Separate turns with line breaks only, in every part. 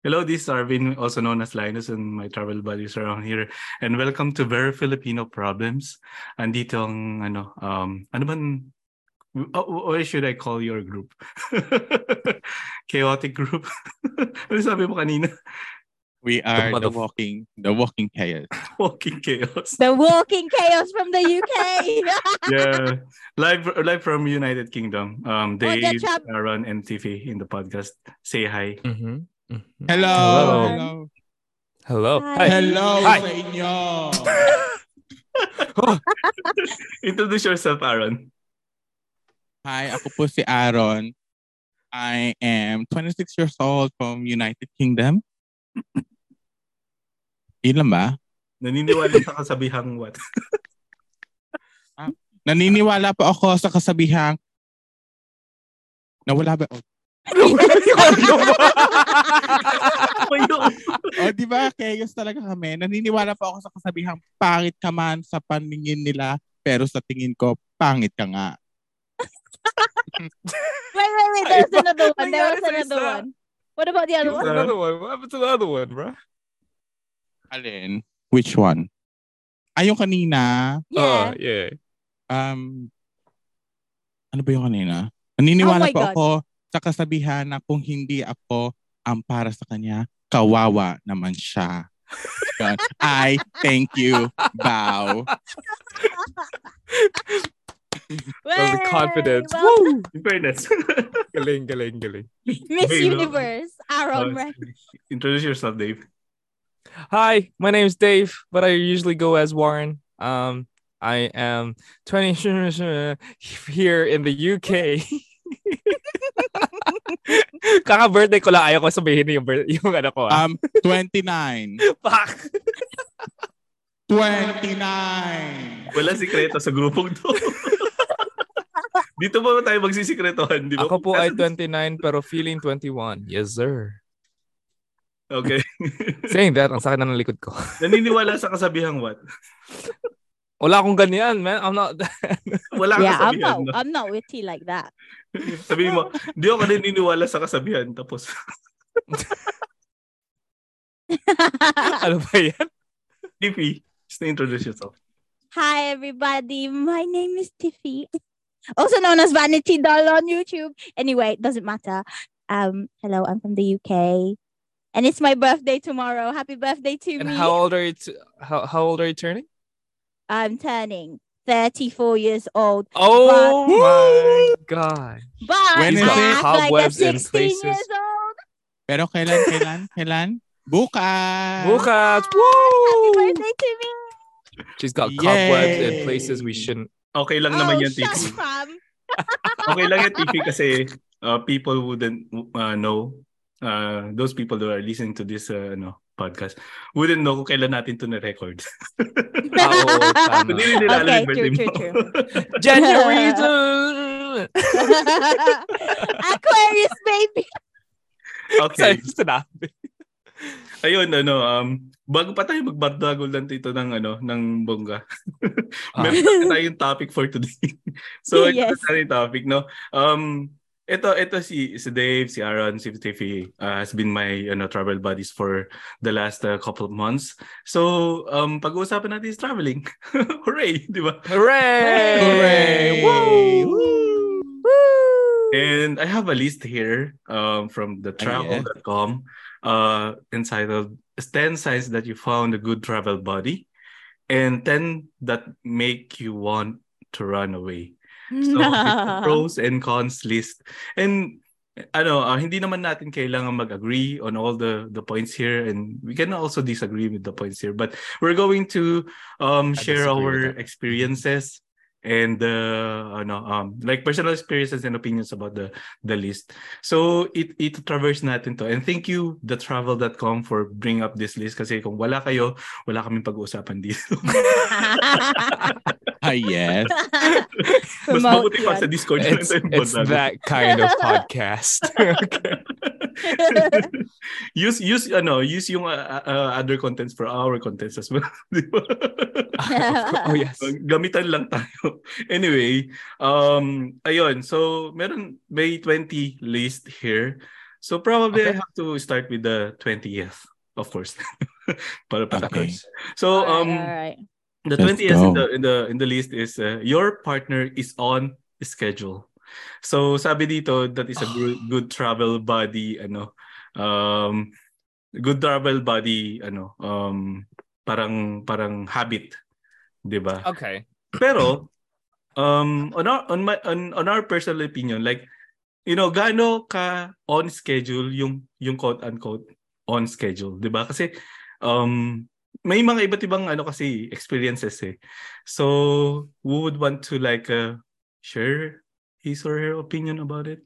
Hello, this is Arvin, also known as Linus and my travel buddies around here. And welcome to Very Filipino Problems. Andito ang, ano, um, ano ban, oh, or should I call your group? Chaotic group. ano sabi mo kanina?
We are the,
mother-
walking, the walking chaos.
Walking chaos.
The walking chaos from the UK.
yeah. Live live from United Kingdom. Um,
Oh,
Dave,
good job.
Aaron, and TV in the podcast. Say hi.
Mhm, mhm.
Hello!
Hello.
Hello!
Hello.
Hi.
Hello
Hi.
sa inyo!
Introduce yourself, Aaron.
Hi, ako po si Aaron. I am 26 years old from United Kingdom. Yun lang ba?
Naniniwala sa kasabihang what?
Naniniwala po ako sa kasabihang nawala ba? Oh, oh, di ba? Chaos talaga kami. Naniniwala po ako sa kasabihang pangit ka man sa paningin nila pero sa tingin ko, pangit ka nga.
Wait, wait, wait. There was another one. There was
Nangyari sa
another
isa.
one. What about the other
What's
one?
Isa.
another one? What happened to the other one, bro?
Alin? Which one? Ay, yung kanina.
Oh,
Yeah.
yeah.
Um, ano ba yung kanina?
Oh
Naniniwala
my
po
God.
ako sa kasabihan na kung hindi ako ang para sa kanya, kawawa naman siya. Yun. I thank you, bow.
That was the
Way,
confidence.
well,
Woo!
In fairness.
Galing, galing, galing.
Miss
Hey, well.
Universe, Aaron. Right?
Oh, Introduce yourself, Dave.
Hi, my name's Dave, but I usually go as Warren. Um, I am 20 here in the UK. Kaka birthday ko lang ayaw ko sabihin yung birth- yung ano ko. Ah.
Um, 29. 29!
Fuck.
29!
Wala sikreto sa grupong to. Dito ba tayo magsisikretohan, di ba?
Ako po ay 29 pero feeling 21. Yes, sir.
Okay.
Saying that, ang sakit na ng likod ko.
Naniniwala sa kasabihang what?
Wala akong ganyan, man. I'm not...
Wala
Yeah, I'm
kasabihan.
not,
no?
I'm not witty like that.
Sabihin mo, di ako naniniwala sa kasabihan. Tapos,
ano ba yan?
DP, just introduce yourself.
Hi, everybody. My name is Tiffy, also known as Vanity Doll on YouTube. Anyway, it doesn't matter. Um, hello, I'm from the UK, and it's my birthday tomorrow. Happy birthday to
And
me!
how old are you? T- how, how old are you turning?
I'm turning 34 years old,
Oh my god.
but
When is
I
it?
act like I'm
Cobwebs in
16 years
places.
old.
Pero kailan, kailan, kailan? Bukas!
Bukas.
Happy
Woo!
birthday to me!
She's got cobwebs in
Yay!
places we shouldn't.
Okay lang naman
oh,
yan, TP.
shush, fam.
Okay lang yan, TP, kasi uh, people wouldn't uh, know, uh, those people who are listening to this uh, ano, podcast, wouldn't know kung kailan natin to na-record.
Ah, oo, tama.
Hindi nila alam yung
Okay,
birthday
true,
mo.
true,
January. to-
Aquarius baby.
okay.
Sa'yo sinabi.
Ayun, ano, um, bago pa tayo magbardagol lang ito ng, ano, ng bongga.
Ah.
Meron pa tayong topic for today. so,
Yes.
ito na yung topic, no? Um, ito, ito si, si Dave, si Aaron, si Tiffy uh, has been my ano, travel buddies for the last uh, couple of months. So, um, pag-uusapan natin is traveling. Hooray, di ba?
Hooray!
Hooray!
Woo!
Woo.
And I have a list here um, from the travel.com uh, entitled 10 signs that you found a good travel buddy and 10 that make you want to run away. So, it's a pros and cons list. And ano, ah, hindi naman natin kailangan mag-agree on all the the points here and we can also disagree with the points here but we're going to um
I
share
disagree with
our
that.
experiences and uh, ano um like personal experiences and opinions about the the list. So it it traverse natin to and thank you the travel.com for bring up this list kasi kung wala kayo wala kaming pag-uusapan dito.
Ay, Ah, yes.
Mas
Promote
mabuti pa
yan.
sa Discord na
It's,
tayo
it's
magbandagan.
that kind of podcast.
use use ano use yung uh, uh, other contents for our contents as well di ba
oh yes.
gamitan lang tayo anyway um ayun so meron may 20 list here So probably
Okay.
I have to start with the 20th, of course. Para
Okay.
patakos. So
Alright,
um
alright.
the 20th
Let's
in
go.
the, in the in the list is uh, your partner is on schedule. So sabi dito that is
Ah.
a good, good travel buddy ano um good travel buddy ano um parang parang habit, 'di ba?
Okay.
Pero um on our on my on, on our personal opinion like you know gaano ka on schedule yung yung quote unquote on schedule, 'di ba? Kasi um may mga iba't ibang ano kasi experiences eh. So, who would want to like uh, share his or her opinion about it?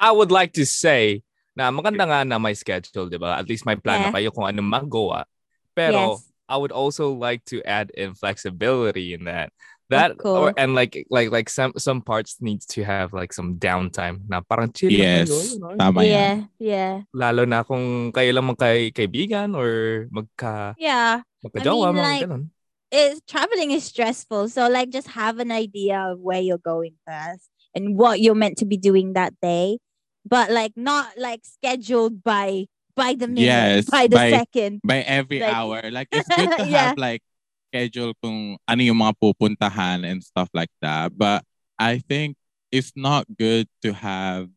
I would like to say na maganda nga na may schedule, di ba? At least may plano
Yeah.
kayo kung ano magawa. Pero
yes.
I would also like to add in flexibility in that. That or
course.
and like like like some some parts needs to have like some downtime na parang chill lang
Yes.
kayo, you know?
Tama yan.
Yeah, yeah.
Lalo na kung kayo lang magkaibigan or magka
Yeah.
magkajowa,
I mean,
mga
like,
ganun.
It's traveling is stressful. So like just have an idea of where you're going first and what you're meant to be doing that day. But like not like scheduled by by the
Yes,
minute, by the
by-
second.
By every
Like-
hour. Like, it's good to
Yeah.
have like schedule kung ano yung mga pupuntahan and stuff like that. But I think it's not good to have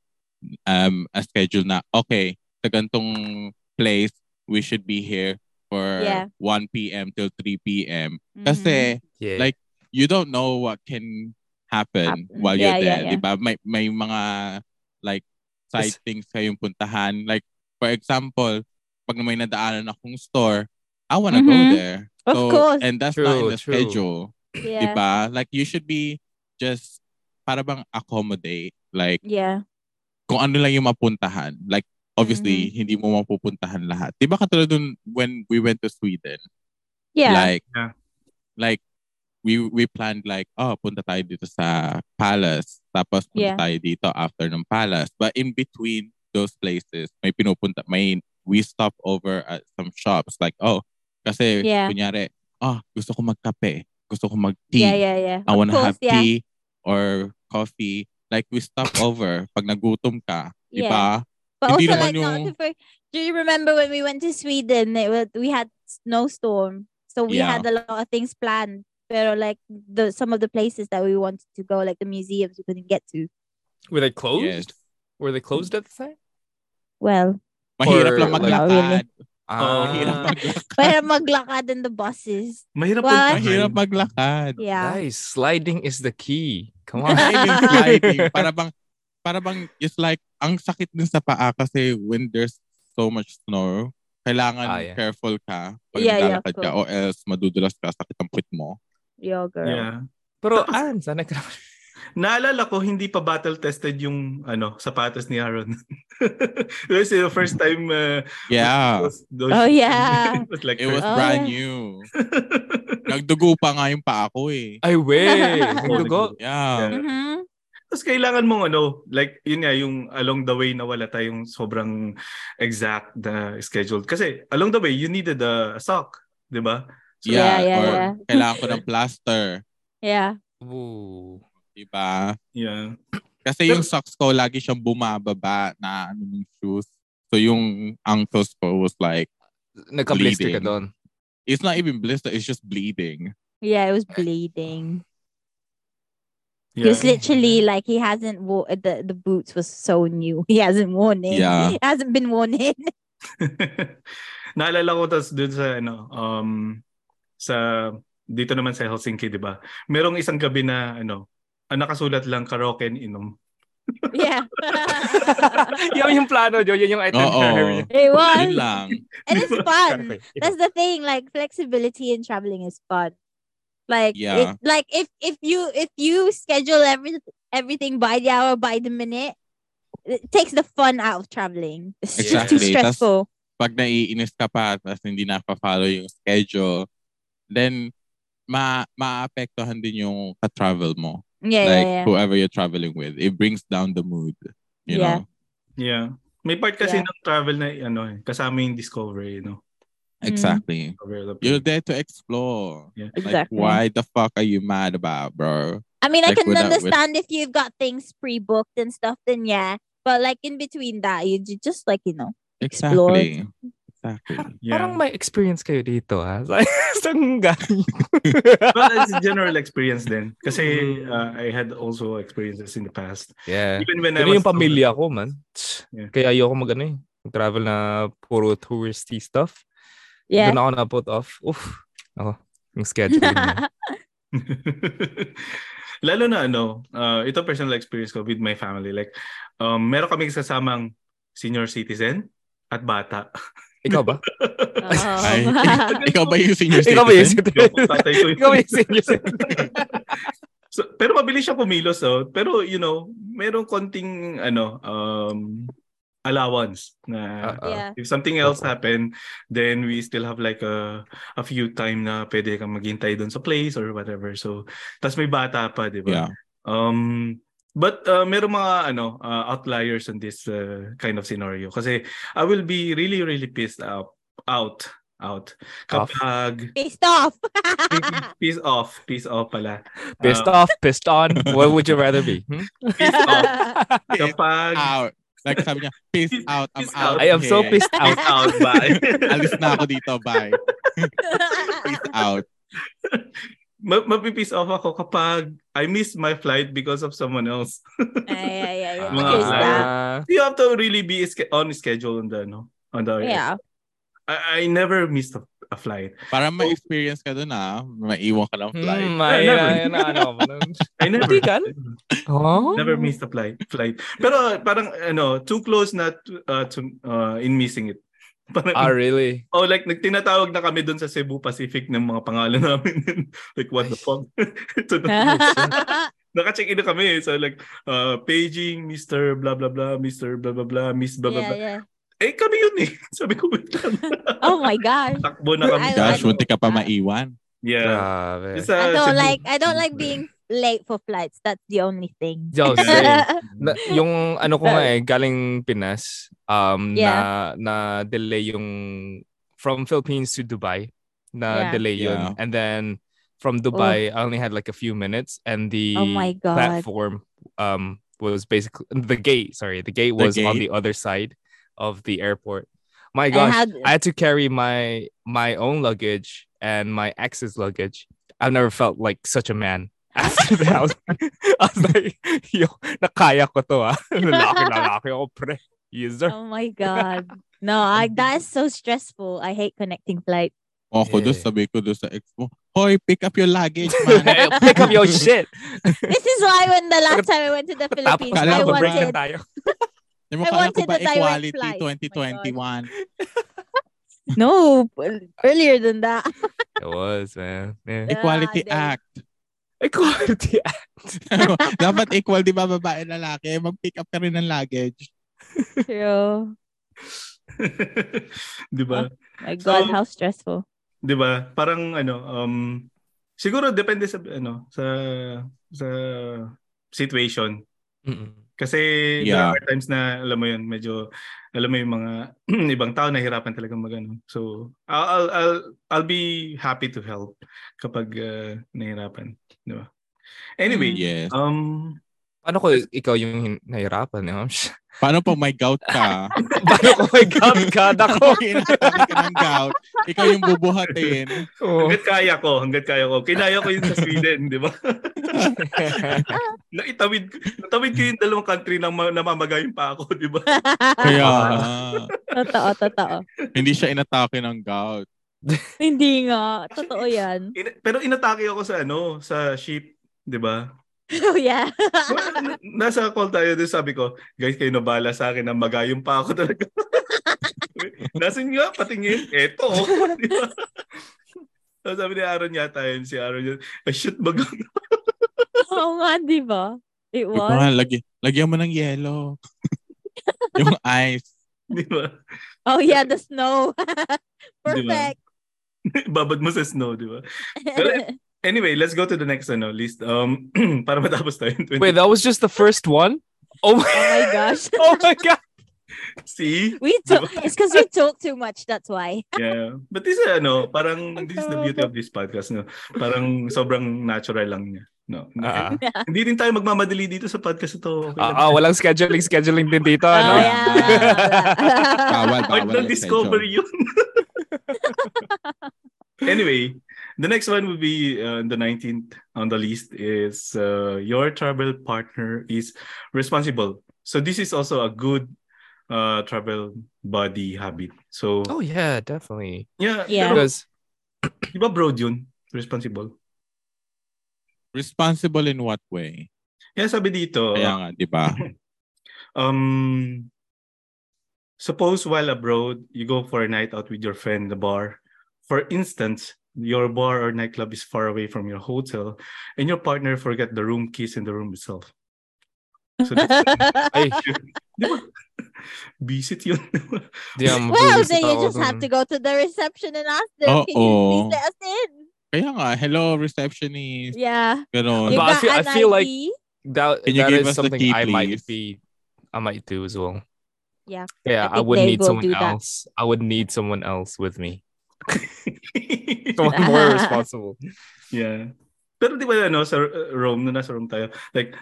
um a schedule na, okay, sa gantong place, we should be here for
Yeah. Mm-hmm.
1 p.m. till 3 p.m. Kasi
Yeah.
like, you don't know what can happen
Happen.
while
Yeah,
you're
yeah,
there,
yeah.
di ba? May, may mga, like, side things kayong puntahan. Like, for example, pag may nadaanan akong store, I wanna
Mhm.
go there.
Of
So,
course.
And that's not in
True,
the
true.
schedule, di
yeah.
ba? Like, you should be just, para bang accommodate, like,
Yeah.
kung ano lang yung mapuntahan. Like, obviously,
Mm-hmm.
hindi mo mapupuntahan lahat. Di ba katulad dun when we went to Sweden?
Yeah.
Like,
Yeah.
like, we we planned like, oh, punta tayo dito sa palace. Tapos punta
Yeah.
tayo dito after ng palace. But in between those places, may pinupunta, may, we stop over at some shops. Like, oh, kasi
Yeah.
kunyari, oh, gusto ko magkape. Gusto ko mag-tea.
yeah, yeah, yeah.
I wanna have
course, yeah.
tea or coffee. Like, we stop over pag nagutom ka.
Yeah.
Diba?
But
Hindi
also,
naman
like, not
yung-
to for, do you remember when we went to Sweden? It was, we had snowstorm, so we
Yeah.
had a lot of things planned. But like the some of the places that we wanted to go, like the museums, we couldn't get to.
Were they
Yes.
closed? Were they closed at the time?
Well,
Mahirap
Or,
lang
like-
maglakad.
Oh,
Ah,
Mahirap maglakad.
pero maglakad in the buses.
Mahirap
Well,
puntahan.
Mahirap maglakad.
Yeah.
Guys, sliding is the key. Come on.
Sliding, sliding. Para bang, para bang, it's like, ang sakit din sa paa kasi when there's so much snow, kailangan
Ah, yeah.
careful ka pag
Yeah, yeah,
naglalakad
of
ka or else madudulas ka, sakit ang puwit mo.
Yo, girl.
Yeah.
Pero ah, sana ka
Naalala ko hindi pa battle tested yung ano sapatos ni Aaron. This is the first time uh,
Yeah.
those- those-
Oh, yeah.
it was like
Ah. It was
Oh,
brand
yeah.
new. Nagdugo pa nga yung paa ko eh.
Ay, wait.
Nagdugo.
Nagdugo.
Yeah.
Mhm.
Tapos kailangan mong ano, like yun nga yung along the way na wala tayong sobrang exact na scheduled. Kasi along the way you needed a sock, 'di ba? So,
yeah,
yeah,
or
yeah.
kailangan ko ng plaster.
Yeah.
Ooh.
Diba?
Yeah.
Kasi yung socks ko, lagi siyang bumababa na ano yung shoes. So yung ankles ko was like,
Nagka-blister ka
Bleeding.
doon.
it's not even blister, it's just bleeding.
Yeah, it was bleeding. It
Yeah.
was literally like he hasn't worn the the boots was so new. He hasn't worn it.
Yeah.
It hasn't been worn in.
Naalala ko tas dun sa ano um sa dito naman sa Helsinki, 'di ba? Merong isang gabi na ano, ang nakasulat lang karaoke and inom.
yeah.
yan yung plano, Jo. Yan yung itinerary.
Oo.
it
Yun
was.
lang.
And it's fun.
That's
that's the thing like flexibility in traveling is fun like
Yeah.
it, like if if you if you schedule every everything by the hour by the minute it takes the fun out of traveling it's just too
Exactly. That's-
stressful
Pag naiinis ka pa, tapos hindi napa-follow yung schedule, then ma maapektuhan din yung ka-travel mo.
yeah
like
yeah yeah
whoever you're traveling with. It brings down the mood. You
Yeah.
know?
Yeah. May part kasi
Yeah.
ng travel na ano eh, kasama yung discovery, you know.
Mm.
Exactly.
Discover the
You're
place.
there to explore. Like,
exactly
why the fuck are you mad about, bro?
i mean i
like,
can
without- with-
understand if you've got things pre-booked and stuff then yeah But like in between that, you ju- just like, you know, explore.
Exactly. Exactly.
Yeah.
Parang may experience kayo dito ah. Like, saan galing?
Well, it's a general experience then. Kasi
Mm.
uh, I had also experiences in the past.
yeah.
Even when I
Pero
was
yung pamilya ko, man. Tsk,
Yeah.
Kaya ayoko mag ano eh. Travel na puro touristy stuff.
Yeah.
Doon ako na-put off. Oof. Ako. Yung schedule. niya.
Lalo na ano, uh, ito personal experience ko with my family. Like, um, meron kaming kasamang senior citizen at bata.
Ikaw ba? Ah.
Oo.
Ay,
Uh-huh.
ikaw ba yung senior
Ikaw ba yung
citizen?
Yung
citizen?
tatay ko
Ikaw ba
yun.
yung citizen?
So, pero mabilis siya kumilos. Oh. Pero, you know, merong konting ano, um, allowance na
Ah, ah.
yeah.
if something else
Oo.
happen, then we still have like a a few time na pwede kang maghintay doon sa place or whatever. So, tas may bata pa, di ba?
Yeah.
Um, but uh, merong mga ano, uh, outliers in this uh, kind of scenario. Kasi I will be really, really pissed out. Out. Out.
Off.
Kapag
Pissed off.
piss off. Piss off pala.
Pissed
Uh,
off, pissed on. What would you rather be? Hmm?
Pissed off.
eh.
Kapag
Ah.
Out. Like sabi niya, peace
Peace-
out. I'm
peace out.
out.
I am so
here.
pissed out.
Peace out. Bye.
Alis na ako dito. Bye. Peace out.
Ma- mapipiss off ako kapag I missed my flight because of someone else.
ay, ay, ay. ay.
Mga
Pissed off.
Ah,
you have to really be ske- on schedule on the no on the
Yeah.
I, I never missed a, a flight.
Para
Oh.
ma-experience ka dun ah. Maiwan ka ng flight.
Hmm, ay,
never.
ay, na, ano ka ba nun?
I never
Tigal? Oh?
never missed a flight flight. Pero uh, parang ano, too close na to, uh, to uh, in missing it. Parang,
Ah, really?
oh like nagtinatawag na kami doon sa Cebu Pacific ng mga pangalan namin. like what the fuck? to naka-check in na kami so like uh, paging Mr. blah blah blah, Mr. blah blah blah, Miss blah blah
yeah,
blah.
yeah.
Eh kami yun eh. Sabi ko wait lang.
Oh my gosh.
Takbo na kami.
I
Gosh,
love-
muntik ka pa maiwan.
Yeah.
Grabe.
Sa
I don't
Cebu.
like I don't like being late for flights. That's the only thing.
Yo, same.
yeah.
Na, yung ano ko nga eh, galing Pinas, um, na, na delay yung from Philippines to Dubai, na
Yeah.
delay yun.
Yeah.
And then from Dubai, I only had like a few minutes and the
Oh my God.
platform um was basically the gate, sorry, the gate
The
was on
gate.
the other side of the airport. My
I
gosh,
had-
I had to carry my my own luggage and my ex's luggage. I've never felt like such a man. After that, I was, I was like, yo, nakaya ko to ah. Lalaki, lalaki ako, pre. Yes, sir.
Oh my god. No, I that is so stressful. I hate connecting flights.
O ako dun,
Eh.
sabi ko dun sa ex mo, Hoy, pick up your luggage, man.
Hey, Pick up your shit.
Oh, This is why when the last time I went to the
Tapos
Philippines,
kala
I
ko
ko, break na
wanted
tayo.
Di mo
I
kala ko
wanted
ba
a direct
Oh
equality
flight.
2021?
no earlier than that.
It was, man. Yeah.
Yeah,
Equality
there.
Act.
Equality.
Dapat equal, di ba, babae, lalaki? Mag-pick up ka rin ng luggage.
True.
Di ba?
My god,
So-
how stressful.
'di ba? Parang ano, um siguro depende sa ano, sa sa situation.
Mm-mm.
Kasi
Yeah.
there are times na alam mo 'yun, medyo alam mo yung mga ibang tao nahirapan talaga magano. ano. So I'll, I'll I'll I'll be happy to help kapag uh, nahirapan, 'di ba? Anyway,
Mm, Yes.
um
Paano ko ikaw yung hin- nahirapan? Eh? ma'am?
Paano pag may gout ka?
Paano ko may god Oh, god ako?
Pag inaatake ka ng gout, ikaw yung bubuhatin.
Oh.
hangga't kaya ko, hangga't kaya ko. Kinaya ko yun sa Sweden, 'di ba? Naitawid natawid ko yung dalawang country na ma- namamagayin pa ako, 'di ba?
Ah.
Kaya,
totoo, totoo.
hindi siya inatake ng gout.
Hindi nga. Totoo yan.
In- pero inatake ako sa ano, sa ship, 'di ba?
Oh yeah.
Well, n- Nasa call tayo doon sabi ko, guys, kayo nabala sa akin na magayong pa ako talaga. Nasaan nga patingin? Eto. oh." di ba? So sabi ni Aaron yata yun, si Aaron yun, ay shit, mag
Oo nga, di ba?
Di
It was.
ba? Lagi, lagyan mo ng yelo. yung ice.
di ba?
Oh yeah, the snow.
Di ba?
Perfect.
Babad mo sa snow, di ba? Pero- Anyway, let's go to the next ano, list. Um, para matapos tayo. in 20.
Wait, that was just the first one? Oh my,
oh my gosh.
oh my god.
See?
We
Diba?
talk. It's because we talk too much. That's why.
Yeah. But this, ano, parang, this is the beauty of this podcast. No? Parang sobrang natural lang niya. No.
Ah,
Hindi din tayo magmamadali dito sa podcast ito. Okay
ah,
lang.
ah, walang scheduling, scheduling din dito.
Oh,
Ano?
yeah.
Bawal,
Wait
bawal.
lang,
ang
discover
schedule.
yun. anyway, the next one would be uh, the 19th on the list is uh, your travel partner is responsible. So this is also a good uh, travel body habit. So
Oh yeah, definitely.
yeah,
Yeah.
pero
Because
di ba broad yun? Responsible.
Responsible in what way?
Kaya sabi dito,
Kaya nga, di ba?
Um, suppose while abroad, you go for a night out with your friend in the bar. For instance, your bar or nightclub is far away from your hotel, and your partner forget the room keys in the room itself. So that's
ay,
di ba? Visit yun.
di ang
well,
mabilis
then you
tao
just have to
dun.
go to the reception and ask them, can you
Oo.
please let us in?
Kaya nga, hello receptionist.
Yeah.
Ganon.
You
But I
got
feel- I
an
feel like-
ID?
That,
Can you
that
give
is
us the
something
key,
I might
please?
be, I might do as well.
Yeah,
Yeah, I,
I think
would
they
need
will do
someone
that.
else. I would need someone else with me. Someone more responsible.
Oh.
yeah. Pero di ba ano, sa uh, Rome, nung nasa Rome tayo, like,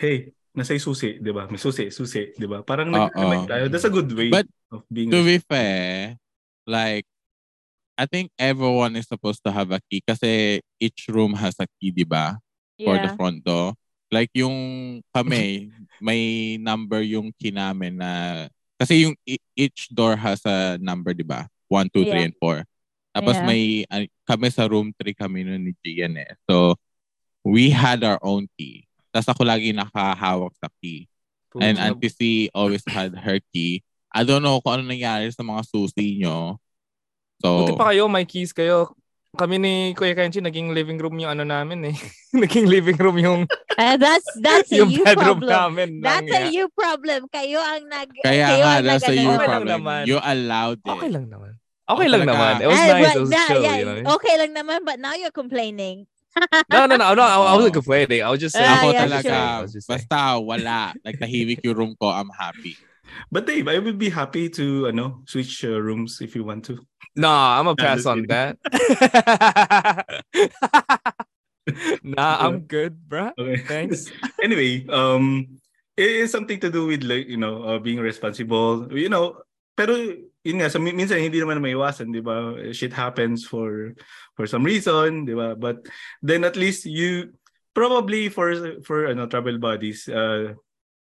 hey, nasa susi, di ba? May susi, susi, di ba? Parang
Oo.
nag-connect tayo. That's a good way
Ah, But
of being
to be fair, like, I think everyone is supposed to have a key kasi each room has a key, di ba? For the
Yeah.
front door. Like yung kami, may number yung key namin na, kasi yung e- each door has a number, di ba? One, two, three,
Yeah.
and four. Tapos
Yeah.
may, ah, kami sa room three kami nun ni Gian eh. So, we had our own key. Tapos ako lagi nakahawak sa key. And Auntie C always had her key. I don't know kung ano nangyari sa mga susi nyo. So,
Buti pa kayo, may keys kayo. Kami ni Kuya Kenchi, naging living room yung ano namin eh. naging living room yung,
Uh, that's that's a
yung
you
bedroom
problem.
namin.
That's a
Nangya.
you problem. Kayo ang nag
kaya
kayo
nga,
ang
that's a
nag-
you
Okay lang
problem.
naman.
You allowed it.
Okay lang naman. Okay lang
talaga.
naman. It was
Ah,
nice.
but
It was
that-
chill,
yeah, oh,
you know?
Okay lang naman, but now you're complaining.
No, no, no, no. I, I wasn't
Oo.
complaining. I was just saying.
Ah,
Ako
yeah,
talaga,
I was just saying.
basta wala. Nagtahimik yung room ko, I'm happy.
But Dave, I would be happy to uh, no, switch uh, rooms if you want to.
Nah, I'm gonna
Yeah,
pass
just
on
kidding.
that. nah, I'm good, bruh.
Okay.
Thanks.
anyway, um, it is something to do with like you know uh, being responsible. You know, pero yun nga, so, min- minsan hindi naman maiwasan, di ba? Shit happens for for some reason, di ba? But then at least you probably for for ano travel buddies, uh,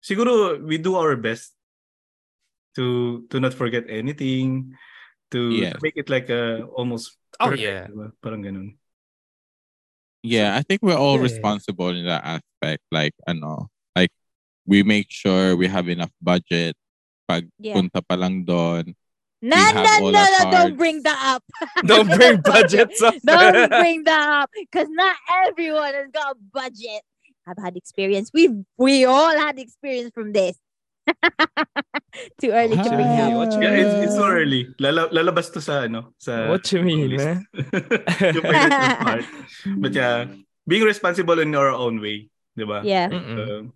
siguro we do our best to to not forget anything, to
Yes.
make it like a almost
Oh,
perfect,
yeah.
di ba? Parang ganun.
Yeah, I think we're all
Yeah.
responsible in that aspect. Like, ano, like, we make sure we have enough budget. Pag
Yeah.
punta pa lang doon.
No,
We
no,
have
no,
all
no,
our
don't
cards.
bring that up.
Don't bring budgets up.
Don't bring that up because not everyone has got a budget. I've had experience. We've we all had experience from this. Too early to
Ah.
bring it up.
What you
Yeah,
mean?
it's, it's so early. Lala, lalabas to sa ano, sa
What you mean,
list.
man?
yung financial part. But yeah, being responsible in your own way, 'di ba?
Yeah.
Mm-mm.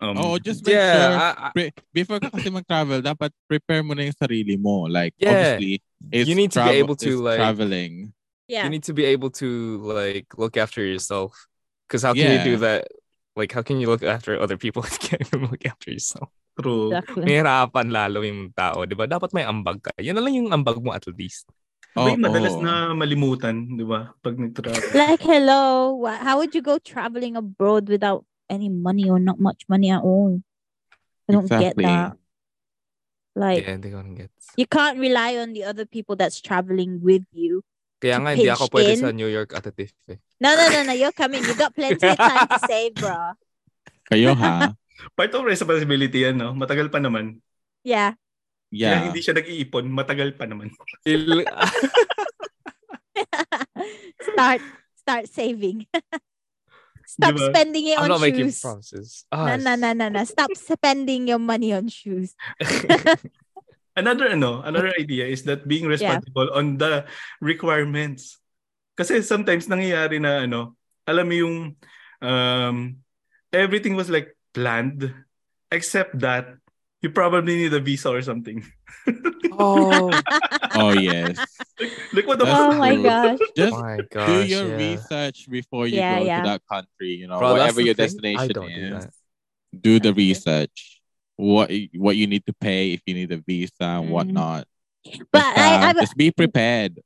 Uh, um,
Oh, just make sure
Yeah, ah. I, I,
pre- before ka kasi mag-travel, dapat prepare mo na yung sarili mo. Like,
Yeah.
obviously, it's
You need to be
travel-
able to,
it's
like-
traveling.
Yeah.
you need to be able to like look after yourself. Because how can you do
Yeah.
that? Like, how can you look after other people if you can't even look after yourself?
true.
Exactly.
Mahirapan lalo yung tao, di ba? Dapat may ambag ka. Yun na lang yung ambag mo at least.
May
Oo.
madalas na malimutan, 'di ba? Pag nag-travel.
Like hello, wha- how would you go traveling abroad without any money or not much money at all? I don't get
Exactly.
that. Like
yeah, they gonna get.
you can't rely on the other people that's traveling with you.
Kaya nga, hindi ako pwede
pinched
sa New York at a TIFF eh.
No, no, no, no. You're coming. You got plenty of time to save, bro.
Kayo ha?
Part of responsibility yan, no? Matagal pa naman.
Yeah.
Kaya
Yeah.
hindi siya nag-iipon, matagal pa naman.
Il-
start start saving. Stop
Diba?
spending it
I'm not
on
making
shoes.
promises.
No,
Ah,
no, no, no, no. Stop spending your money on shoes.
Another ano, another idea is that being responsible on the requirements. Kasi sometimes nangyayari na ano, alam mo yung um, everything was like planned except that you probably need a visa or something.
Oh,
Oh, yes.
Like, like what the
That's
oh
fuck?
my
true.
gosh.
Just
Oh my gosh.
do your
yeah.
research before you
Yeah,
go
yeah.
to that country. You know,
Bro, that's
whatever
the
your
thing, I
destination
don't do
is,
that.
do the
Okay.
research. What what you need to pay if you need a visa and
Mm.
whatnot.
But
Just,
I-
um,
I've-
just be prepared.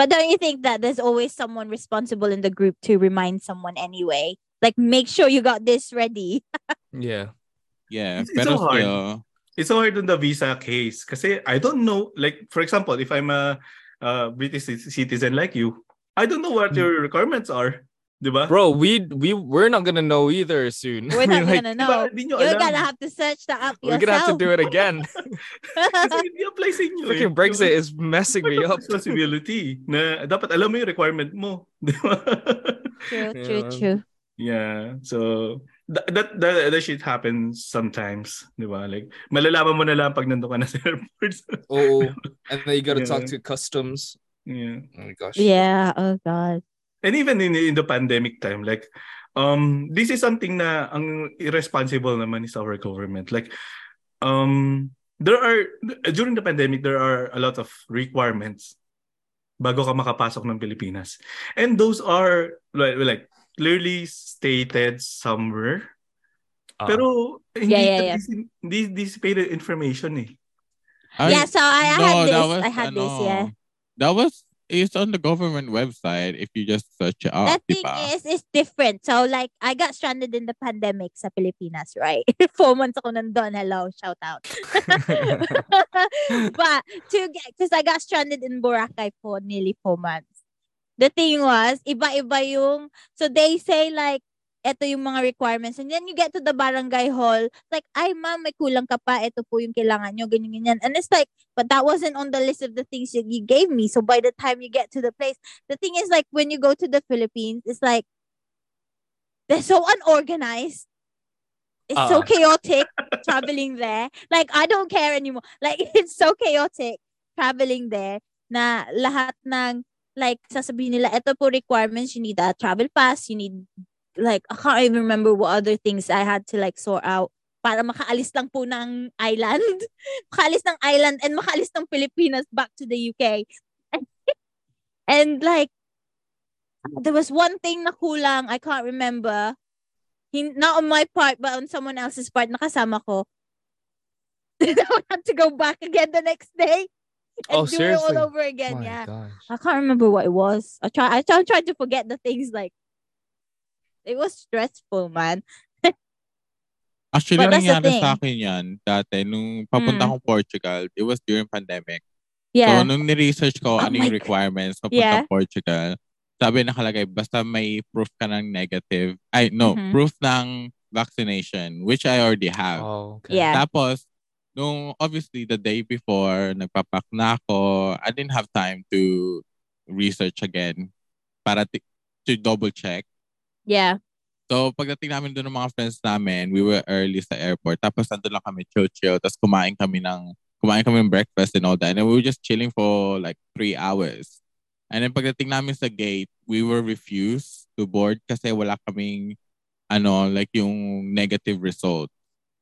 But don't you think that there's always someone responsible in the group to remind someone anyway? Like, make sure you got this ready.
Yeah.
Yeah,
It's- it's
better
so hard.
still.
It's so hard on the visa case kasi I don't know like for example if I'm a, uh British ci- citizen like you I don't know what your requirements are di ba?
bro we we we're not gonna know either soon
We're
I
not
mean, like,
gonna
Di ba?
know.
Hindi nyo
You're
alam.
gonna have to search that up
we're gonna have to
yourself.
do it again
Kasi hindi apply sa inyo eh.
freaking brexit is messing me up
responsibility na dapat alam mo yung requirement mo. Di ba?
true, true,
Yeah.
true.
yeah. So, that, that, that, that shit happens sometimes. Di ba? Like, malalaman mo na lang pag nandun ka na sa airport.
oh and then you gotta
Yeah.
talk to customs
yeah.
oh my gosh
Yeah. Oh God.
And even in, in the pandemic time, like, um, this is something na ang irresponsible naman is our government. Like, um, there are, during the pandemic, there are a lot of requirements bago ka makapasok ng Pilipinas. And those are, like, like clearly stated somewhere.
Uh,
Pero, hindi
Yeah, yeah,
ito
yeah.
dis- dis- dissipated information eh.
I-
yeah. So I, I had
that
this.
was
I had this.
ano,
Yeah.
That was it's on the government website if you just search it up.
that thing
diba?
is is different. So like I got stranded in the pandemic sa Pilipinas, right? Four months ako nandun. Hello, shout out. but to get because I got stranded in Boracay for nearly four months. The thing was, iba-iba yung so they say like eto yung mga requirements. And then you get to the barangay hall, like, ay ma'am, may kulang ka pa. Ito po yung kailangan nyo, ganyan, ganyan. And it's like, but that wasn't on the list of the things that you gave me. So by the time you get to the place, the thing is like when you go to the Philippines, it's like they're so unorganized. It's so
Ah.
chaotic traveling there. Like I don't care anymore. Like it's so chaotic traveling there na lahat ng like sasabihin nila ito po requirements you need a travel pass, you need like I can't even remember what other things I had to like sort out para makaalis lang po ng island. makaalis ng island and makaalis ng Pilipinas back to the UK. And like, there was one thing na kulang, I can't remember. Hin- not on my part, but on someone else's part, nakasama ko. I would have to go back again the next day and
Oh,
do it
seriously?
all over
my
again. yeah,
gosh
I can't remember what it was. I try, I try, I tried to forget the things. Like, it was stressful, man.
Actually,
But that's the
nangyari sa
thing.
akin yan dati nung papunta
Mm.
akong Portugal. It was during pandemic. So,
Yeah.
nung niresearch ko
Oh
ano
my
yung
God.
requirements
Yeah.
papunta Portugal, sabi nakalagay, basta may proof ka ng negative. Ay, no,
Mhm.
proof ng vaccination, which I already have.
oh okay
Yeah.
Tapos, nung obviously the day before, nagpapack na ako, I didn't have time to research again para ti- to double check.
yeah.
So, pagdating namin doon ng mga friends namin, we were early sa airport. Tapos, nandun lang kami chill-chill. Tapos, kumain kami ng kumain kami ng breakfast and all that. And then we were just chilling for like three hours. And then, pagdating namin sa gate, we were refused to board kasi wala kaming ano, like yung negative result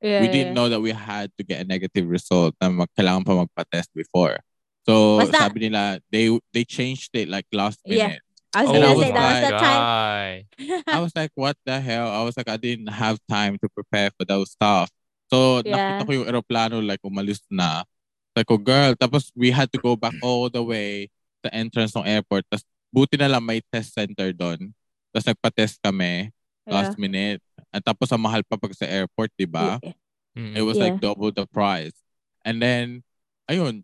Yeah.
we didn't know that we had to get a negative result na mag, kailangan pa magpa-test before. So,
Was that-
sabi nila, they they changed it like last
Yeah.
minute.
I was
Oh
gonna say
my
that was the time.
I was like, what the hell? I was like, I didn't have time to prepare for those stuff. So,
Yeah.
nakita ko yung aeroplano, like, umalis na. Like, oh, girl. Tapos, we had to go back all the way sa entrance ng airport. Tapos, buti na lang may test center doon. Tapos, nagpa-test kami
Yeah.
last minute. At tapos, ang mahal pa pag sa airport, di ba? It was like double the price. And then, ayun,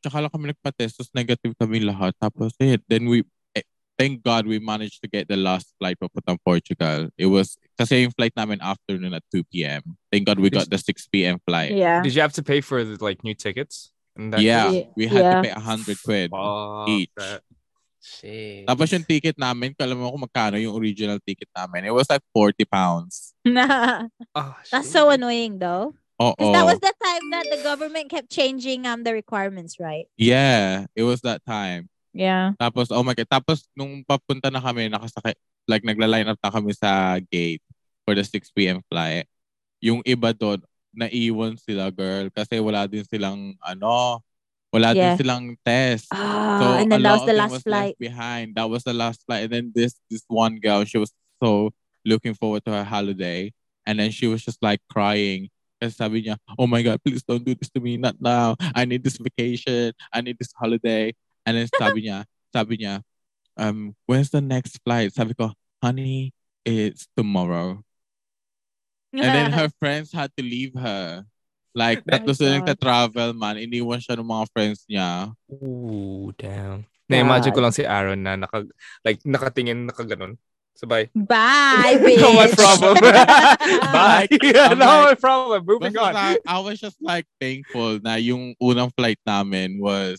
tsaka lang kami nagpa-test, tapos negative kami lahat. Tapos, eh, then we, eh, thank God we managed to get the last flight papuntang Portugal. It was, kasi yung flight namin afternoon at 2 p.m. Thank God we got the 6 p.m. flight.
Yeah.
did you have to pay for the, like new tickets and that
Yeah,
Yeah.
we had
Yeah.
to pay 100 quid.
Fuck
each.
that. Shit.
Tapos yung ticket namin, alam mo kung magkano yung original ticket namin. It was like 40 pounds.
Ah,
That's
shit.
so annoying though.
Oo.
Because that was the time that the government kept changing um the requirements, right?
Yeah, it was that time.
Yeah.
Tapos, oh my God. Tapos, nung papunta na kami, nakasakay, like, nagla-line up na kami sa gate for the 6 p.m. flight. Yung iba doon, naiwan sila, girl. Kasi wala din silang, ano, Wala
Yeah.
din silang test.
Ah,
So
and then
a
that
lot
was
of
the
them
last
left
flight.
behind. That was the last flight. And then this this one girl, she was so looking forward to her holiday, and then she was just like crying. And sabi niya, oh my God, please don't do this to me. Not now. I need this vacation. I need this holiday. And then sabi niya, sabi niya, um, where's the next flight? Sabi ko, honey, it's tomorrow. And then her friends had to leave her. Like,
Oh My
tatlo sila
God.
nagta-travel, man. Iniwan siya ng mga friends niya.
Ooh, damn. Na-imagine ko lang si Aaron na naka, like, nakatingin, nakaganon. Sabay.
Bye, bitch.
No, my problem. Bye.
I'm
no,
like-
my problem.
Oh
Moving
Basta
on.
sa- I was just like thankful na yung unang flight namin was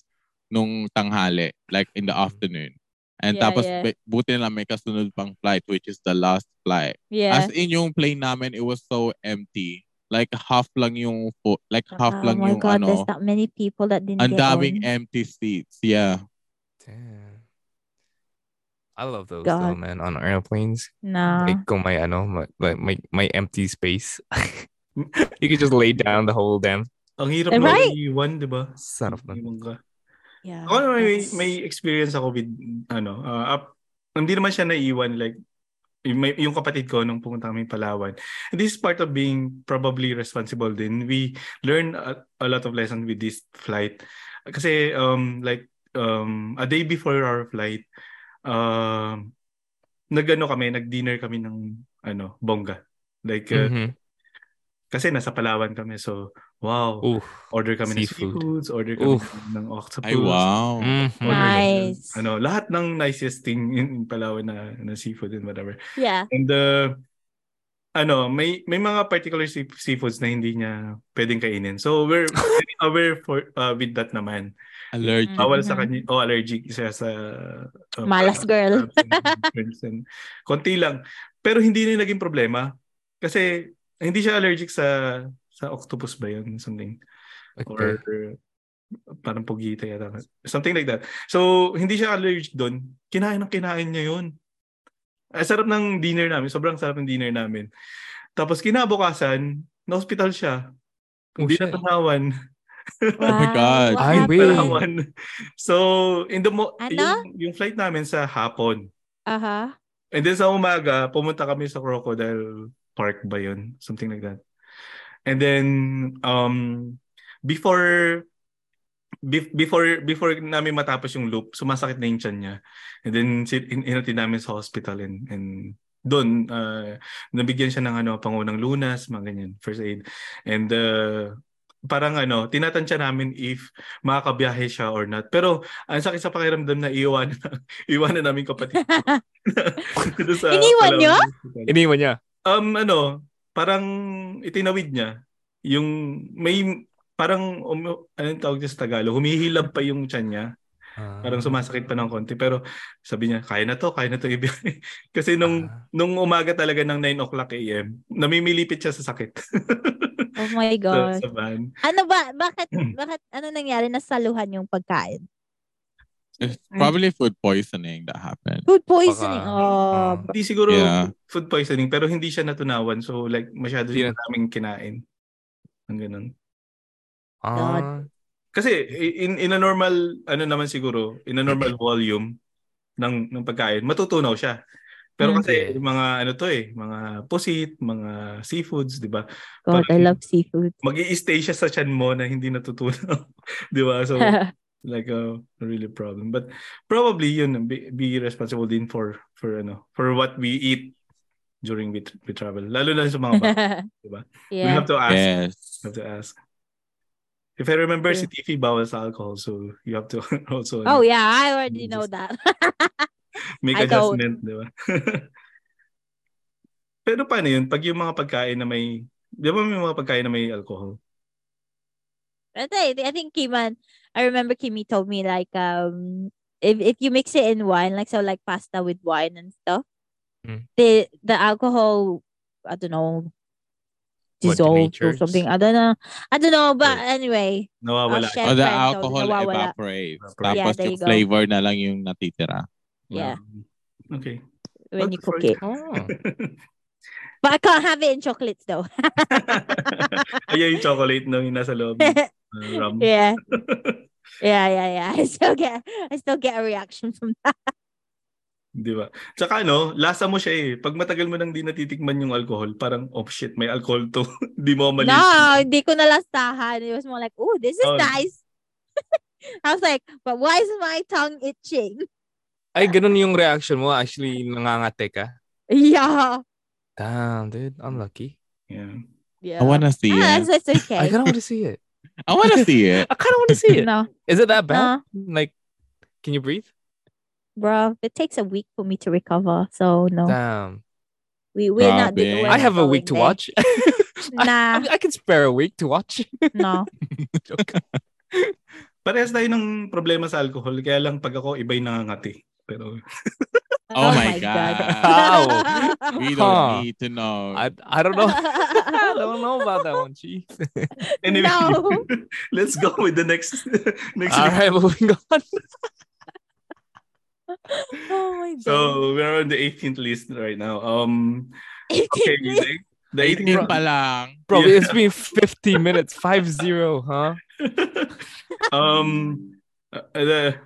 nung tanghali, like in the afternoon. And
Mm. Yeah,
tapos
yeah.
yeah. buti na lang may kasunod pang flight which is the last flight.
Yeah.
As in yung plane namin, it was so empty. Like half lang yung fo- like half
oh
lang
my
yung
God,
ano.
there's not many people that didn't
Ang
get
daming
on.
empty seats. Yeah.
Damn. I love those
God. Uh-huh.
though, man, on airplanes.
No.
Like, kung may ano, ma- like, may, may empty space. you could just lay down the whole damn
Ang hirap
Eh,
na
right?
iiwan, di ba?
son of a...
Iiwan ka.
yeah.
Ako naman, Oh, may,
that's-
may experience ako with, ano, ah, up, hindi naman siya naiwan, like, yung, may- yung kapatid ko nung pumunta kami Palawan. And this is part of being probably responsible din. We learn a, a lot of lessons with this flight. Kasi, um, like, um, a day before our flight, um, nag-ano kami, nag-dinner kami ng, ano, bongga. Like, uh,
Mhm.
kasi nasa Palawan kami, so, wow,
Ooh.
order kami ng
seafood.
seafoods, order kami
Oof.
ng octopus.
Ay, wow.
Mhm.
Order kami ng-
Nice.
Ano, lahat ng nicest thing in in Palawan na, na seafood and whatever.
Yeah.
And uh, ano, may may mga particular sea- seafoods na hindi niya pwedeng kainin. So we're very aware for uh, with that naman.
Allergic.
Bawal sa
Mhm.
kanya, oh allergic siya sa uh,
Malas girl.
crabs and shrimps and- Konti lang. Pero hindi na yung naging problema kasi hindi siya allergic sa sa octopus ba yun? Something
Okay.
or parang pugita yata. Something like that. So, hindi siya allergic doon. Kinain ang kinain niya yun. Ang sarap ng dinner namin. Sobrang sarap ng dinner namin. Tapos kinabukasan, na-hospital siya.
Oh,
hindi na
shit.
tanawan.
Wow.
Oh my God.
what
I
happened?
will.
Tanawan. So, in the mo-
Ano?
yung, yung flight namin sa hapon.
Uh-huh.
And then sa umaga, pumunta kami sa Crocodile Park ba yun? Something like that. And then, um, before bef- before before namin matapos yung loop, sumasakit na yung tiyan niya. And then si- in- inatid namin sa hospital and and doon uh, nabigyan siya ng ano pangunang lunas, mga ganyan, first aid. And uh, parang ano, tinatantya namin if makakabiyahe siya or not. Pero ang sakit sa pakiramdam na iiwanan iwanan namin kapatid. Dito sa
Iniwan
Palawan
niyo?
Hospital.
Iniwan niya.
Um, ano, parang itinawid niya. Yung may parang um, anong tawag niya sa Tagalog? Humihilab pa yung tiyan niya. Parang sumasakit pa ng konti. Pero sabi niya, kaya na to, kaya na to ibiyahe. Kasi nung,
Ah.
nung umaga talaga ng 9 o'clock a.m., namimilipit siya sa sakit.
Oh my
sa,
God.
sa van.
Ano ba? Bakit?
Hmm.
Bakit? Ano nangyari? Nasaluhan yung pagkain.
It's
Mm.
probably food poisoning that happened.
Food poisoning.
Baka- Ah.
oh.
Hindi siguro
Yeah.
food poisoning, pero hindi siya natunawan. So like, masyado siya
Hindi
maraming kinain. Ang ganun.
God.
Ah.
Kasi in in a normal ano naman siguro, in a normal volume ng ng pagkain, matutunaw siya. Pero
Mm.
kasi
Yeah.
mga ano to eh, mga pusit, mga seafoods, 'di ba?
God, I love seafood.
Magi-stay siya sa tiyan mo na hindi natutunaw, 'di ba? So diba? like a really problem. But probably yun be, be responsible din for for ano, for what we eat during we, we travel. Lalo na sa mga bata, diba? we
Yeah.
have to ask
Yes.
have to ask. If I remember,
Yeah.
si TV bawal sa alcohol, so you have to also
Oh yeah, I
You
already know
Mm, just-
that.
make
I don't.
adjustment, di ba? Pero paano yun? Pag yung mga pagkain na may, di ba may mga pagkain na may alcohol?
But I, I think Kiman, I remember Kimi told me like um if if you mix it in wine, like so like pasta with wine and stuff,
Hmm.
Mm.
the the alcohol I don't know dissolves or
denatures?
something. I don't know. I don't know, but
Or-
anyway.
Nawawala.
Oh, shit.
Or the
Friend, so
alcohol
nawawala.
evaporates.
Evaporate.
Tapos
Yeah, there
yung
you go.
flavor na lang yung natitira.
Yeah.
Okay.
When
Well,
you
that's
cook
right.
Ah.
it. But I can't have it in chocolates though.
Mm.
Ayaw yung chocolate no, yung nasa loob. ng, uh, rum.
yeah. Yeah, yeah, yeah. I still get I still get a reaction from that.
Di ba? Tsaka ano, lasa mo siya eh. Pag matagal mo nang di natitikman yung alcohol, parang, oh shit, may alcohol to. di mo mali.
No, hindi ko nalastahan. It was more like, oh, this is
Oh.
nice. I was like, but why is my tongue itching?
Ay, ganun yung reaction mo. Actually, nangangate ka.
Yeah.
Damn, dude. Unlucky.
Yeah.
Yeah.
I wanna see
Ah,
it.
it's, it's
I
okay.
kind of want to see it.
I wanna see it.
I kind of want to see it.
No,
Is it that bad?
no,
Like, can you breathe?
bro. It takes a week for me to recover. So no,
Damn.
we we're not.
Grabe.
We're
I
not
have a week to
going
watch.
there. Nah,
I can spare a week to watch.
no.
Joke.
Parehas tayo ng problema sa alcohol, kaya lang pag ako, iba'y nangangati. Pero,
Oh, my god.
Wow.
we don't
Huh.
need to know.
I, I don't know. I don't know about that one. Jeez.
anyway,
No.
let's go with the next next
All
week.
right, moving on.
oh my god.
So, we're on the 18th list right now. Um, okay, Jose. the
18
18th
pa lang.
Bro,
Yeah.
it's been 50 minutes, 5 0, huh?
um, uh, the,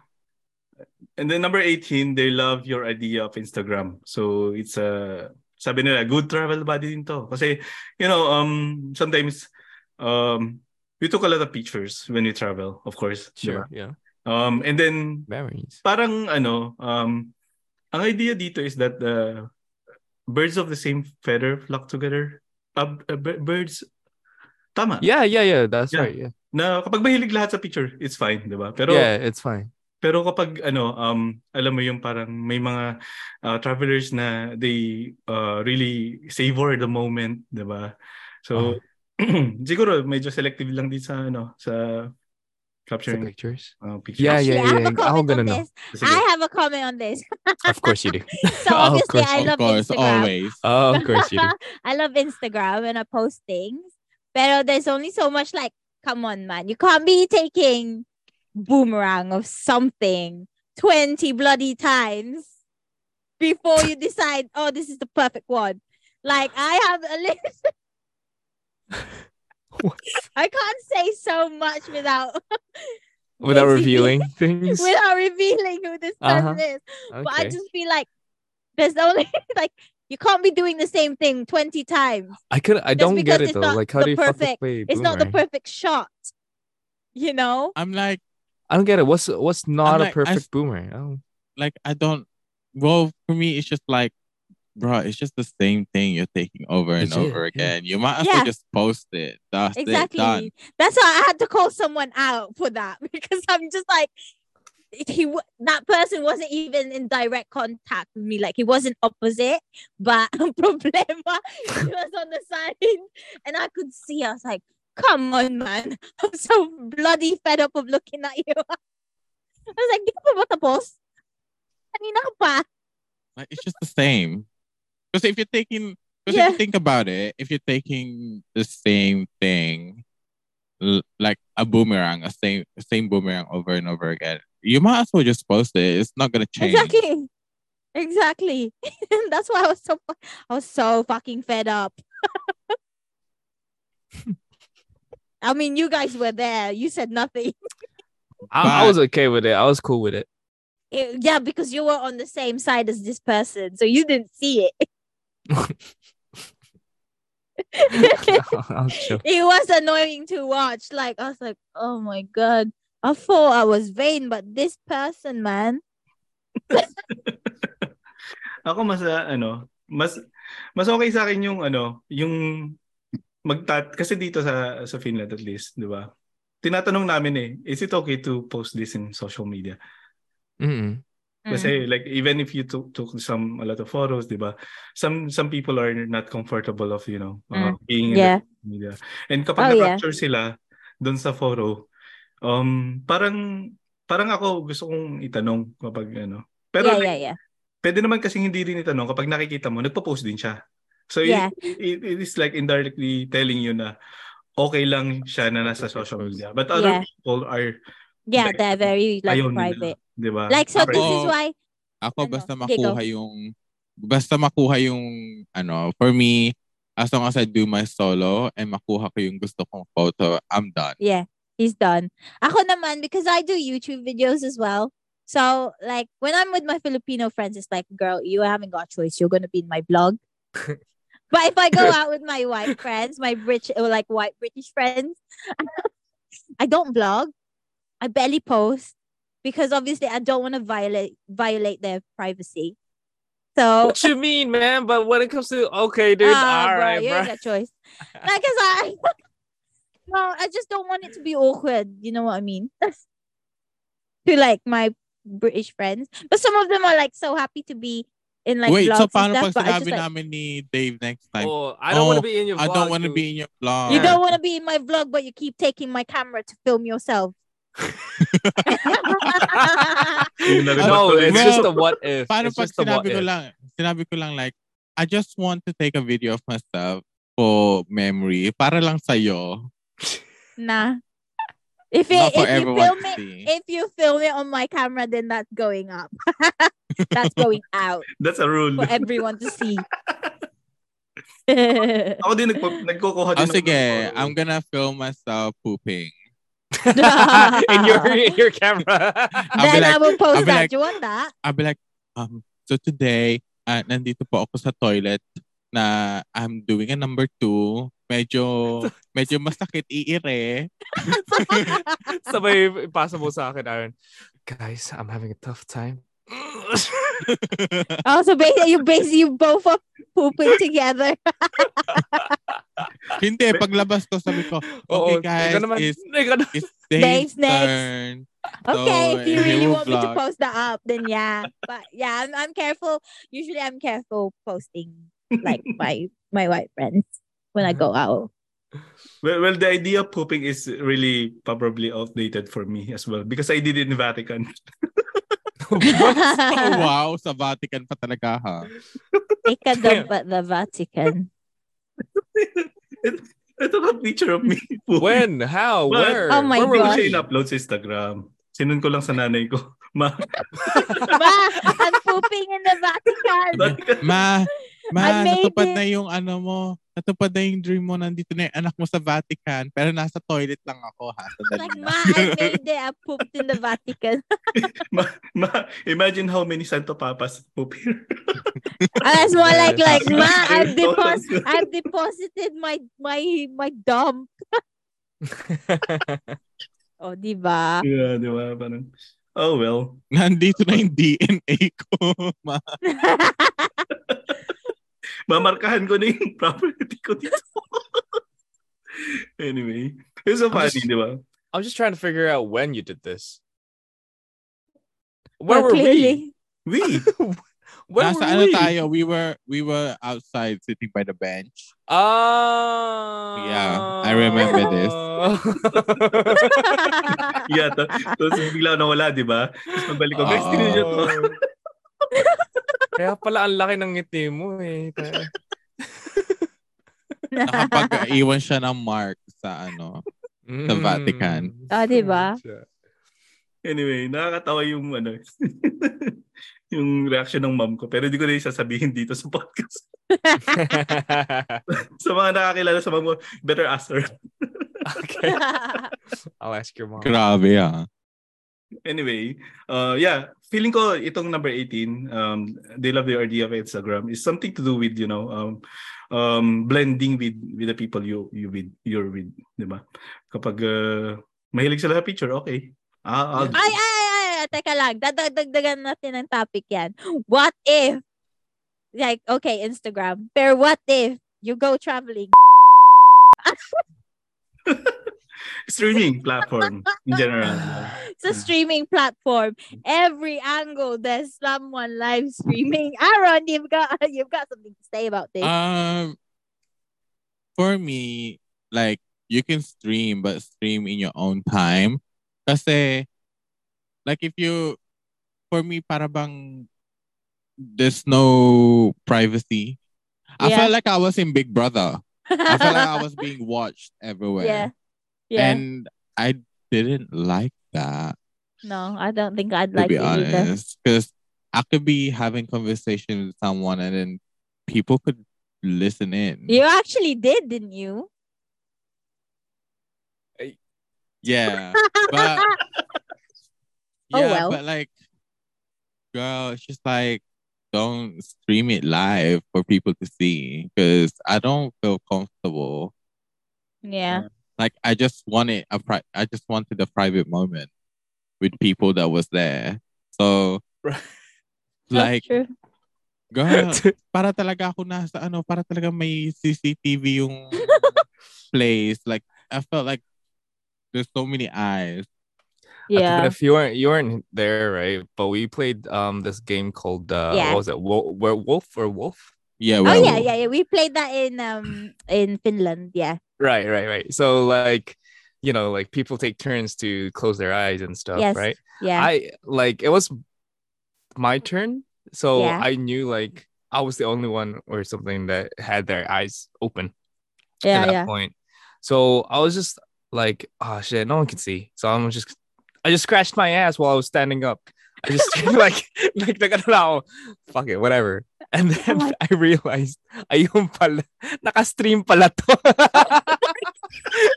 and then number 18, they love your idea of Instagram. So it's a, sabi nila, good travel buddy din to. Kasi, you know, um, sometimes, um, we took a lot of pictures when we travel, of course. di ba?
Sure, yeah.
Um, and then,
Memories.
parang ano, um, ang idea dito is that the birds of the same feather flock together. Uh, uh, bir- birds, tama.
Yeah, yeah, yeah. That's
Yeah.
right. Yeah.
Na kapag mahilig lahat sa picture, it's fine, di ba? Pero
yeah, it's fine.
Pero kapag ano, um, alam mo yung parang may mga uh, travelers na they uh, really savor the moment, 'di ba?
Oh,
So
Ah.
siguro medyo selective lang din sa ano, sa
The
capturing
pictures.
uh, pictures.
Yeah,
Actually,
yeah,
I
yeah.
have a
Ako
comment
ganun
on
no.
this.
Sige.
I have a comment on this.
Of course you do.
So
Of
obviously,
course,
I
of
love
course,
Instagram.
always.
Oh, of course you do.
I love Instagram and I post things. But there's only so much like, come on, man. You can't be taking boomerang of something 20 bloody times before you decide, oh, this is the perfect one. Like I have a list.
What?
I can't say so much without
Without
Basically,
revealing things.
without revealing who this person
Uh-huh.
is. But I
Okay.
just feel like there's only like you can't be doing the same thing 20 times.
I could I don't
because
get it
it's
though.
not
Like how
the
do you fucking
perfect-
play
It's not the
boomerang?
perfect shot. You know?
I'm like,
I don't get it. What's what's not
like, I
a perfect
s-
boomerang? I don't-
like I don't. Well, for me, it's just like, bro, it's just the same thing you're taking over and
It's it,
over
yeah.
again. You might as
Yeah.
well just post it. That's
Exactly.
it. Done.
That's why I had to call someone out for that because I'm just like he wa- that person wasn't even in direct contact with me. Like he wasn't opposite, but problema he was on the side, and I could see. I was like, "Come on, man! I'm so bloody fed up of looking at you." I was like, "Di ka pa ba tapos? Kanina ka pa."
Like it's just the same. Because if you're taking, because
Yeah.
if you think about it, if you're taking the same thing, l- like a boomerang, a same same boomerang over and over again, you might as well just post it. It's not gonna change.
Exactly. Exactly. That's why I was so fu- I was so fucking fed up. I mean, you guys were there. You said nothing.
I, I
But-
was okay with it. I was cool with it.
Eh, yeah, because you were on the same side as this person, so you didn't see it.
I'll chill.
It was annoying to watch. Like I was like, oh my god. I thought I was vain, but this person, man.
Ako mas uh, ano, mas mas okay sa akin yung ano, yung magtat kasi dito sa sa Finland at least, 'di ba? Tinatanong namin eh, is it okay to post this in social media?
Mm-mm.
Mm.
Kasi like even if you took, took some a lot of photos, 'di ba? Some some people are not comfortable of, you know, uh, being in
Mm. Yeah.
the media. And kapag
Oh, yeah.
na-capture sila doon sa photo, um parang parang ako gusto kong itanong kapag ano. Pero
yeah, yeah, yeah.
pwede naman kasing hindi rin itanong kapag nakikita mo, nagpo-post din siya. So
Yeah.
it, it, it is like indirectly telling you na okay lang siya na nasa social media. But other
Yeah.
people are
Yeah,
like, Uh,
they're very like
ayaw
private.
nila. Di ba?
Like so this is
Ako-
why
Ako
Ano,
basta
giggle.
makuha yung basta makuha yung ano, for me, as long as I do my solo and makuha ko yung gusto kong photo, I'm done.
yeah. he's done. Ako naman, because I do YouTube videos as well. So, like, when I'm with my Filipino friends, it's like, girl, you haven't got choice. You're going to be in my vlog. but if I go out with my white friends, my British, or like white British friends, I don't vlog. I barely post because obviously I don't want to violate violate their privacy. So,
What you mean, man? But when it comes to okay, dude,
Ah,
all
bro,
right,
you
bro.
ain't got choice. Like, cause I, no, I just don't want it to be awkward. You know what I mean? to like my British friends, but some of them are like so happy to be in like
Wait, so
vlogs
paano
and
pag
stuff. But I
sinabi
just like,
namin ni Dave next time?
Oh, I don't want
Oh,
to be in your.
I don't
vlog,
want to
dude.
be in your vlog.
you don't want to be in my vlog, but you keep taking my camera to film yourself.
Yun na rin
Ano,
No,
ba
it's
Well,
just a what if.
Paano
It's
pag
just a what
sinabi ko
if.
lang, sinabi ko lang like, I just want to take a video of myself for memory, para lang sa'yo.
nah. If it,
Not for
if you
everyone
film
to
it,
see.
if you film it on my camera, then that's going up. that's going out
That's a rule.
for everyone to see.
Ako din, nagpa- nagkukuha din.
Oh,
ako
sige,
ng-
I'm gonna film myself pooping.
in your in your camera.
I'll be
Ah, then
like,
I will
I'll be
post that.
like-
Do you want that?
I'll be like, um, so today, ah, nandito po ako sa toilet na I'm doing a number two. Medyo, medyo masakit iire.
Sabay ipasa mo sa akin, Aaron. Guys, I'm having a tough time.
oh, so basically, you basically you both are pooping together.
Hindi, paglabas ko, sabi ko, okay
Oo,
guys,
ikaw naman,
is
ikaw na-
it's
Dave's
Dave's
next.
turn.
Okay,
So,
if you
he
really
will
want me to
vlog.
post that up, then yeah. But yeah, I'm, I'm careful. Usually, I'm careful posting like my my white friends when I go out.
Well, well, the idea of pooping is really probably outdated for me as well because I did it in Vatican.
Oh, wow, sa Vatican pa talaga ha.
Ikadam but the Vatican.
I took a picture of me pooping.
when? How?
But-
Where?
Oh my
Where
Where
will
were
gosh.
siya
we?
in-upload sa Instagram? Sinun ko lang sa nanay ko. Ma,
Ma, I'm pooping in the Vatican.
Vatican.
Ma, ma,
I made
natupad
it.
na yung ano mo. Natupad na yung dream mo. Nandito na yung anak mo sa Vatican. Pero nasa toilet lang ako ha. Sandali
Like,
lang.
ma, I made it. I pooped in the Vatican.
ma, imagine how many Santo Papas poop here.
And it's more like, like, ma, ah, I've,
There's
depos-
thousands.
I've deposited my my my dump. Oh, di ba?
yeah, di ba? Parang, oh well.
Nandito na yung DNA ko. Ma.
Mamarkahan ko na yung property ko dito. anyway. It's so
I'm
funny,
just-
di ba?
I'm just trying to figure out when you did this. Where were
Well,
we?
Oh, clearly.
We,
Where
Nasa
were
ano
we?
tayo? We were we were outside sitting by the bench.
Ah.
Yeah, I remember this.
yeah. ta- Tapos bigla nawala, di ba? Tapos nabalik ko, guys,
Oo.
tingnan niyo to.
Oh. Ah. Kaya pala ang laki ng ngiti mo eh.
Nakapag-iwan siya ng mark sa ano. Sa Vatican.
mm.
Ah, di ba?
Anyway, nakakatawa yung ano, yung reaction ng mom ko. Pero di ko na isasabihin dito sa podcast. sa mga nakakilala sa mom ko, better ask her.
okay. I'll ask your mom.
Grabe ha.
Anyway, uh, yeah, feeling ko itong number 18, um, they love the idea of Instagram is something to do with, you know, um, um, blending with with the people you you with you're with, di ba? Kapag uh, mahilig sila sa picture, okay. Ah, I'll-
ay, ay, ay, ay, teka lang. Dadagdagan natin ang topic yan. What if, like, okay, Instagram, pero what if you go traveling?
streaming platform in general.
It's a streaming platform. Every angle, there's someone live streaming. Aaron, you've got you've got something to say about this.
Um, for me, like, you can stream, but stream in your own time. Kasi, like, if you, for me, para bang, there's no privacy. I
Yeah.
felt like I was in Big Brother. I felt like I was being watched everywhere.
yeah, yeah.
And I didn't like that,
no, I don't think I'd
to
like
be
it either.
honest. Because I could be having conversation with someone and then people could listen in.
You actually did, didn't you?
Yeah. But
Oh,
yeah,
well.
but like girl, it's just like don't stream it live for people to see because I don't feel comfortable.
Yeah.
Like I just wanted a pri- I just wanted a private moment with people that was there. So
Right.
like
That's true.
Girl, para talaga ako nasa ano, para talaga may CCTV yung place. Like, I felt like there's so many eyes.
Yeah.
If you weren't you weren't there, right? But we played um this game called uh
Yeah.
what was it? Wo- werewolf or wolf?
Yeah,
Oh
well,
yeah, yeah, yeah. We played that in um in Finland. Yeah.
Right, right, right. So like you know, like people take turns to close their eyes and stuff,
Yes.
right?
Yeah.
I like it was my turn, so
Yeah.
I knew like I was the only one or something that had their eyes open at
yeah.
that
Yeah.
point. So I was just like, oh shit, no one can see. So I'm just I just scratched my ass while I was standing up. I just like like nagalaw. Fuck it, whatever. And then
Oh my-
I realized ayun pala naka-stream pala to.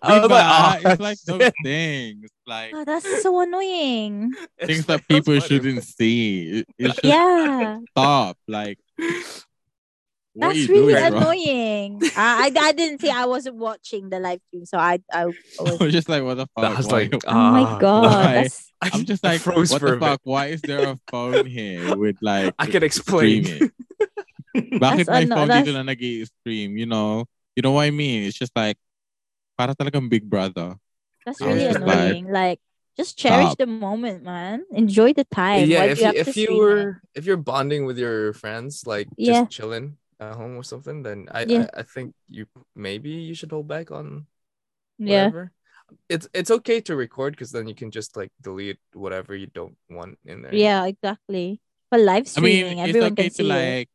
I was
Diba?
like, "Ah,
it's like those things, like
Oh, that's so annoying.
it's
things
like,
that people
that's funny.
shouldn't see. It- It's just
Yeah.
stop. Like, what are
That's
you
really
doing, bro?
annoying. I, I I didn't see I wasn't watching the live stream, so I
I
I, I was
was just like, what the fuck?
I was
Why-
like,
Oh my
"Ah."
god.
Oh, why?
That's
I'm just
I
like,
froze
what
for a
the
bit.
fuck? Why is there a phone here with like?
I can explain.
streaming? Bakit
That's
may
ano,
phone
that's-
dito na nag-i-stream? You know, you know what I mean? It's just like, para talagang Big Brother.
that's
I
was
really
just
like-
annoying. Like just cherish
Stop.
the moment, man. Enjoy the time.
yeah,
Why do
if
you
you,
have to
if you
stream it?
were if you're bonding with your friends, like
Yeah.
just chilling at home or something, then I,
Yeah.
I I think you maybe you should hold back on
yeah.
whatever. It's it's okay to record because then you can just like delete whatever you don't want in there.
Yeah, exactly. But live
I mean,
streaming,
it's
everyone
okay
can
to
see it.
like,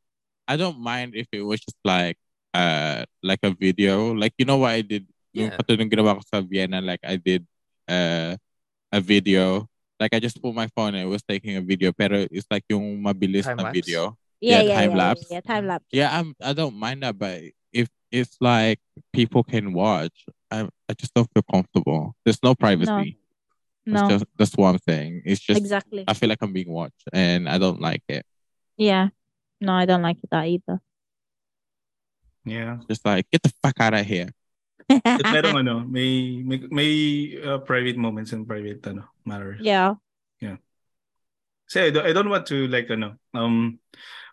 I don't mind if it was just like, uh, like a video. Like, you know what I did? Yung
Yeah.
katulad ng ginawa ko sa Vienna, like I did uh, a video. Like I just put my phone and it was taking a video. Pero it's like yung mabilis
Time
na
lapse?
video. yeah,
Yeah, yeah,
time
yeah,
lapse.
Yeah, time lapse.
Yeah, I'm, I don't mind that. But if it's like people can watch, I, I just don't feel comfortable. There's no privacy. That's
No,
just, that's one thing. It's just
exactly.
I feel like I'm being watched and I don't like it.
Yeah. No, I don't like that either.
Yeah.
Just like get the fuck out of here.
At merong ano, may may, may uh, private moments and private ano, matters.
yeah.
So I don't, I don't want to like ano, um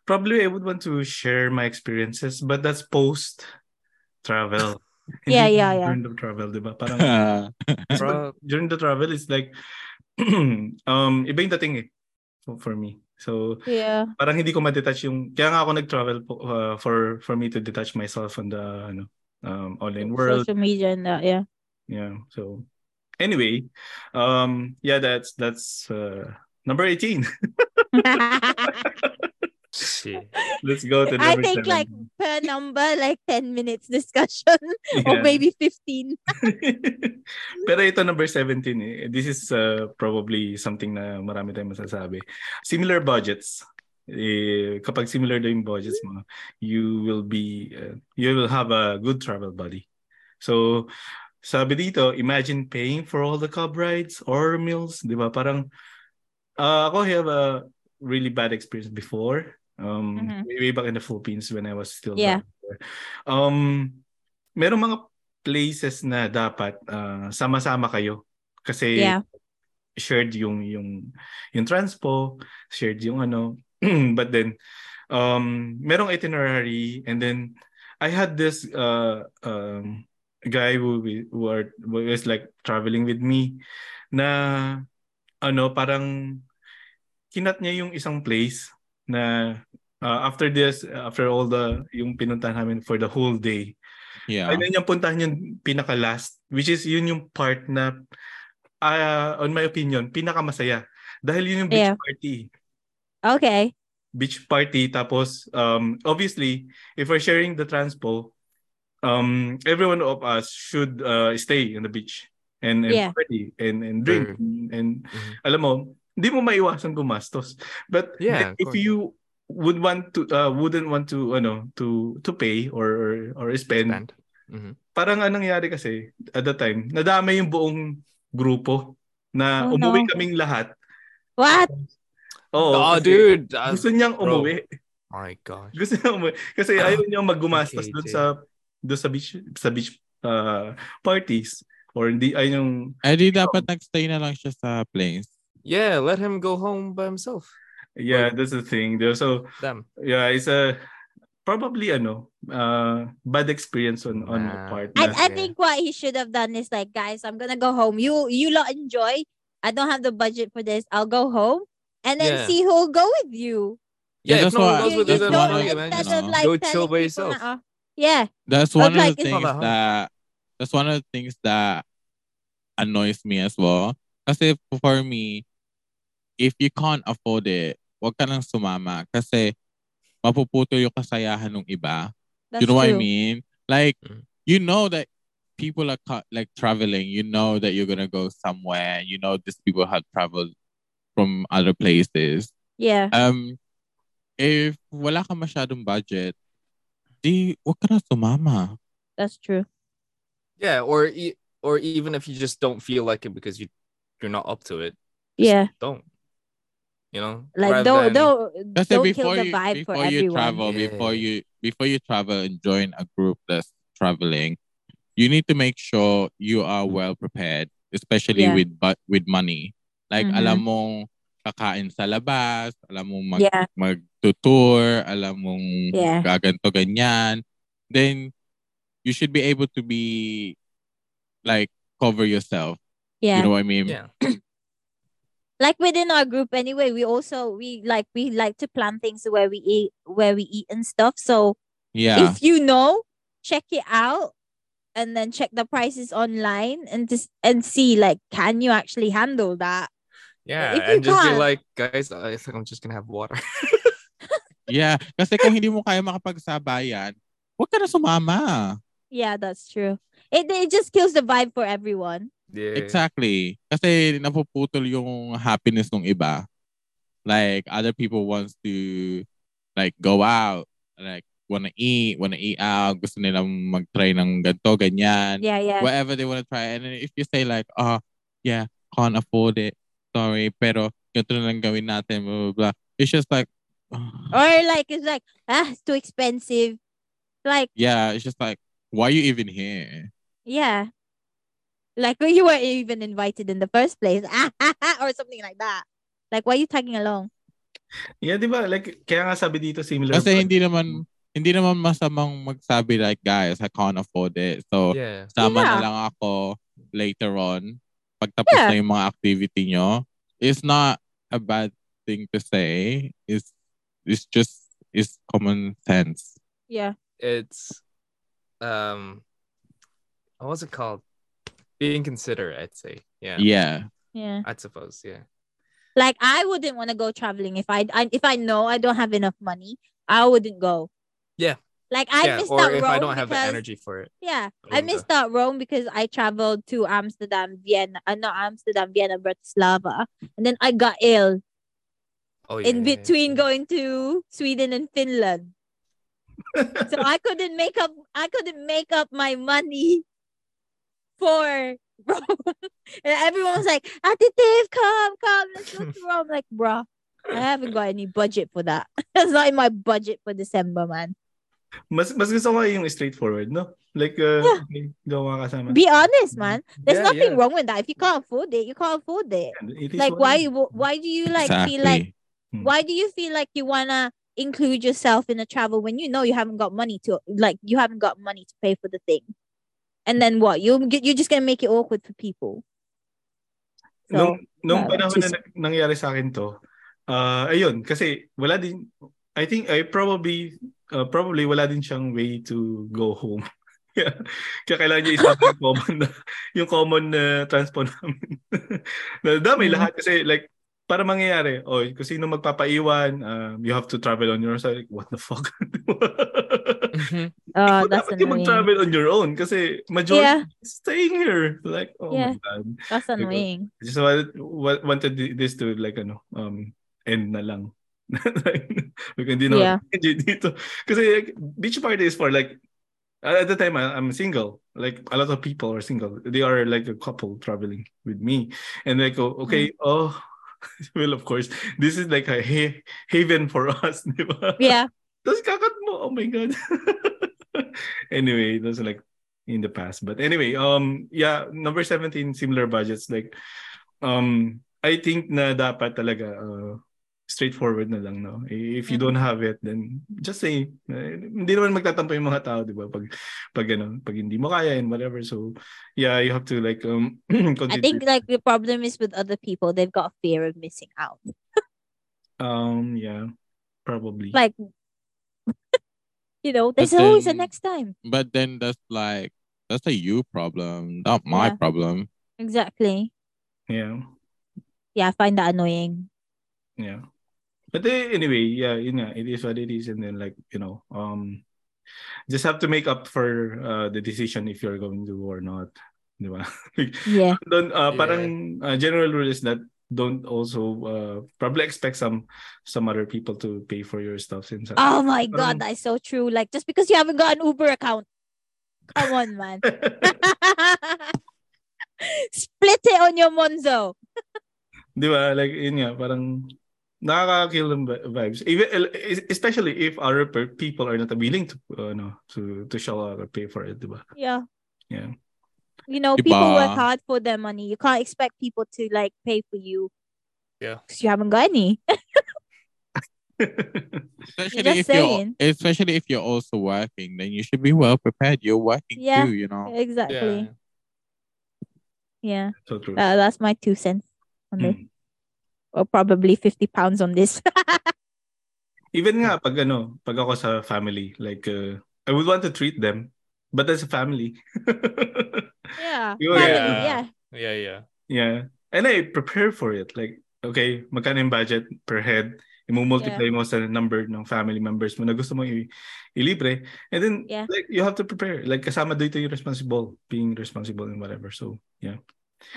probably I would want to share my experiences but that's post travel.
Yeah, yeah, yeah.
During the travel, di ba? Parang
Uh,
Bro,
during the travel it's like um iba yung dating eh for- for me. So
Yeah.
parang hindi ko ma-detach yung kaya nga ako nag-travel po, uh, for for me to detach myself on the ano um online world
Social media and that, yeah.
yeah so anyway um yeah that's that's uh number 18
shit.
let's go to
I
number
think,
17.
like, per number, like 10 minutes discussion
Yeah.
or maybe 15.
pero ito number 17 eh. this is uh, probably something na marami tayong masasabi similar budgets eh, kapag similar daw yung budgets mo you will be uh, you will have a good travel buddy so sabi dito, imagine paying for all the cab rides or meals, di ba? Parang, uh, ako I have a really bad experience before. Um,
Mhm.
way, way back in the Philippines when I was still
Yeah.
back there. Um, merong mga places na dapat uh, sama-sama kayo kasi
Yeah.
shared yung yung yung transpo, shared yung ano. but then um merong itinerary and then I had this uh um guy who we- who, are, who was like traveling with me na ano parang kinat niya yung isang place na uh, after this after all the yung pinuntahan namin for the whole day
Ah.
yeah.
ayun yung puntahan yung pinaka last which is yun yung part na ah, on my opinion pinakamasaya dahil yun yung beach
Yeah.
party
Okay.
beach party tapos um obviously if we're sharing the transpo um everyone of us should uh, stay in the beach and, and
Yeah.
party and and drink
Sure.
and,
Mhm.
alam mo hindi mo maiwasan gumastos but
Yeah, of
if
course.
you would want to uh, wouldn't want to ano to to pay or or, or spend
Band. Mhm.
parang anong nangyari kasi at the time, nadama yung buong grupo na
Oh,
umuwi
no.
kaming lahat.
What?
Oo,
Oh,
kasi
dude. Uh,
Gusto niyang
bro.
umuwi.
oh my gosh.
Gusto niya umuwi. Kasi ayaw niya maggumastos
Okay,
doon
Jay.
sa doon sa beach sa beach uh, parties or hindi ay yung
Eh di dapat nagstay na lang siya sa place.
Yeah, let him go home by himself.
yeah that's the thing though. so
Damn.
yeah it's a probably ano uh, bad experience on on
Nah.
our part
I,
na-
I think what he should have done is like, guys, I'm gonna go home. You you lot enjoy. I don't have the budget for this. I'll go home and
Yeah.
then see who'll go with you.
Yeah, if
Yeah, that's
no
why-
one goes
You-
with you,
you
that's
then why
don't
not
why-
you
instead
imagine?
that's
of,
no.
like,
Go chill
telling
by
people
yourself.
na, oh, yeah.
That's
But
one of
like,
the
it's
not
things
that hard.
that that's one of the things that annoys me as well. Kasi for me, if you can't afford it, wag ka nang sumama kasi mapuputol yung kasayahan ng iba.
That's
you know what I
true.
mean? Like
Mm.
you know that people are co- like traveling. You know that you're gonna go somewhere. You know these people have traveled from other places.
Yeah.
Um, if wala ka masyadong budget, di wag ka na sumama.
That's true.
Yeah, or e- or even if you just don't feel like it because you you're not up to it,
Yeah.
don't. You know,
Like
Rather
don't
than-
don't
Kasi
don't kill
before
the
you,
vibe
before
for
you
everyone.
travel,
Yeah.
before you before you travel and join a group that's traveling, you need to make sure you
Mm.
are well prepared, especially
Yeah.
with but with money. Like
Mhm.
alam mong kakain sa labas, alam mong mag
Yeah.
magtutour, alam mong
Yeah.
gaganto ganyan. Then you should be able to be like cover yourself.
Yeah.
You know what I mean?
Yeah.
like within our group anyway, we also we like we like to plan things where we eat where we eat and stuff. So
Yeah.
if you know, check it out and then check the prices online and just and see like can you actually handle that?
yeah,
if you
and just be
can-
like, guys, I think I'm just gonna have water.
Yeah. Kasi kung hindi mo kaya makapagsabayan, huwag ka na sumama.
Yeah, that's true. It it just kills the vibe for everyone.
yeah,
Exactly. Kasi napuputol yung happiness ng iba. Like, other people wants to, like, go out. Like, wanna eat, wanna eat out. Gusto nilang mag-try ng ganito, ganyan.
Yeah, yeah.
Whatever they wanna try. And then if you say like, oh, yeah, can't afford it. Sorry, pero ganito na lang gawin natin, blah, blah, blah. It's just like, ah.
Or like it's like ah it's too expensive. Like
yeah, it's just like, why you even here?
yeah. Like you weren't even invited in the first place. Ah, ah, ah, or something like that. Like why are you tagging along?
yeah di ba like kaya nga sabi dito similar
Kasi hindi naman, hindi naman masamang magsabi like, guys, I can't afford it. So,
yeah,
Sama na
Yeah.
lang ako later on. Pagtapos
Yeah.
na yung mga activity nyo. It's not a bad thing to say. It's, it's just, it's common sense.
Yeah.
it's um, what's it called? Being considerate, I'd say. Yeah,
Yeah.
Yeah.
I'd suppose. Yeah,
Like I wouldn't want to go traveling if I, I if I know I don't have enough money, I wouldn't go.
Yeah.
Like I
yeah,
missed
or
out
if
Rome
I don't have the
because-
energy for it.
Yeah,
I
I
wouldn't go.
missed out Rome because I traveled to Amsterdam, Vienna, uh, not Amsterdam, Vienna, Bratislava, and then I got ill
Oh yeah,
in between going to Sweden and Finland. so I couldn't make up. I couldn't make up my money for Rome. and everyone was like, "Ate Dave, come, come, let's go to Rome." Like, bruh, I haven't got any budget for that. That's not in my budget for December, man.
mas mas gusto ko yung straightforward no like uh,
Yeah.
okay, hindi ako makakasama
Be honest, man. There's
Mm-hmm. Yeah,
nothing
yeah.
wrong with that. If you can't afford it, you can't afford it.
It is
Like,
what
why?
it is.
wh- Why do you like
exactly.
feel like? Why do you feel like you wanna include yourself in a travel when you know you haven't got money to like you haven't got money to pay for the thing? And then what? You you're just gonna make it awkward for people.
nung,
So
nung
uh,
panahon na
just-
nang- nangyari sa akin to, ah, ayun, kasi wala din, I think I probably, ah, probably wala din siyang way to go home. Kaya kaya kailangan niya isama yung common na, yung common na transport namin. na dami
Mm.
lahat kasi like, para mangyayari, oh, kung sino magpapaiwan, ah, you have to travel on your own. Like, what the fuck?
Mhm.
uh,
Ikaw
that's
dapat yung
annoying.
mag-travel on your own kasi majority
Yeah.
is staying here. Like, oh
Yeah.
my God.
That's annoying.
I just wanted, wa- wanted thi- this to like ano um end na lang. like hindi na
Yeah.
yeah. dito. Kasi like, beach party is for like Uh, At the time, I, I'm single. Like a lot of people are single. They are like a couple traveling with me, and they go, "Okay,
Mm.
oh, well, of course, this is like a ha- haven for us, di ba?
Yeah.
Tapos kakat mo, oh my God. anyway, that's like in the past. But anyway, um, yeah, number 17, similar budgets. Like, um, I think na dapat talaga uh, straightforward na lang, no? If you
Mhm.
don't have it, then just say, eh, hindi naman magtatampo yung mga tao, di ba? Pag, pag, ano, pag hindi mo kaya and whatever. So, yeah, you have to like, um,
I
consider-
think like the problem is with other people, they've got fear of missing out.
um, yeah, probably.
Like, you know, there's
But
always a
then-
next time.
But then that's like that's a you problem, not my
Yeah.
problem.
Exactly.
yeah.
Yeah, I find that annoying.
Yeah. But eh, anyway, yeah, yun nga, it is what it is. And then like, you know, um, just have to make up for uh, the decision if you're going to or not. Di ba?
Yeah.
Don't,
Yeah.
uh, parang uh, general rule is that don't also uh, probably expect some some other people to pay for your stuff. Since,
Oh my
Parang-
god, that's so true. Like just because you haven't got an Uber account. Come on, man. Split it on your Monzo.
Di ba? Like, yun nga, parang nakaka-kill ng vi- vibes. Even, especially if other per- people are not willing to, uh, no, to, to show up or pay for it, di ba?
Yeah.
Yeah.
You know, people
Diba?
work hard for their money. You can't expect people to like pay for you.
Yeah.
Because you haven't got any.
Especially if
Just
you're
saying.
especially if you're also working, then you should be well prepared. You're working
Yeah.
too, you know.
Exactly.
Yeah.
Yeah.
so true.
Uh, that's my two cents on this.
Mm.
Or probably 50 pounds on this.
Even nga pag ano, pag ako sa family, like uh, I would want to treat them, but as a family.
yeah.
Yo,
Family,
yeah.
yeah.
Yeah, yeah.
yeah. And I prepare for it. Like, okay, magkano yung budget per head? Imumultiply mo sa number ng family members mo na gusto mo i- ilibre. And then,
Yeah.
like, you have to prepare. Like, kasama dito yung responsible, being responsible and whatever. So, yeah.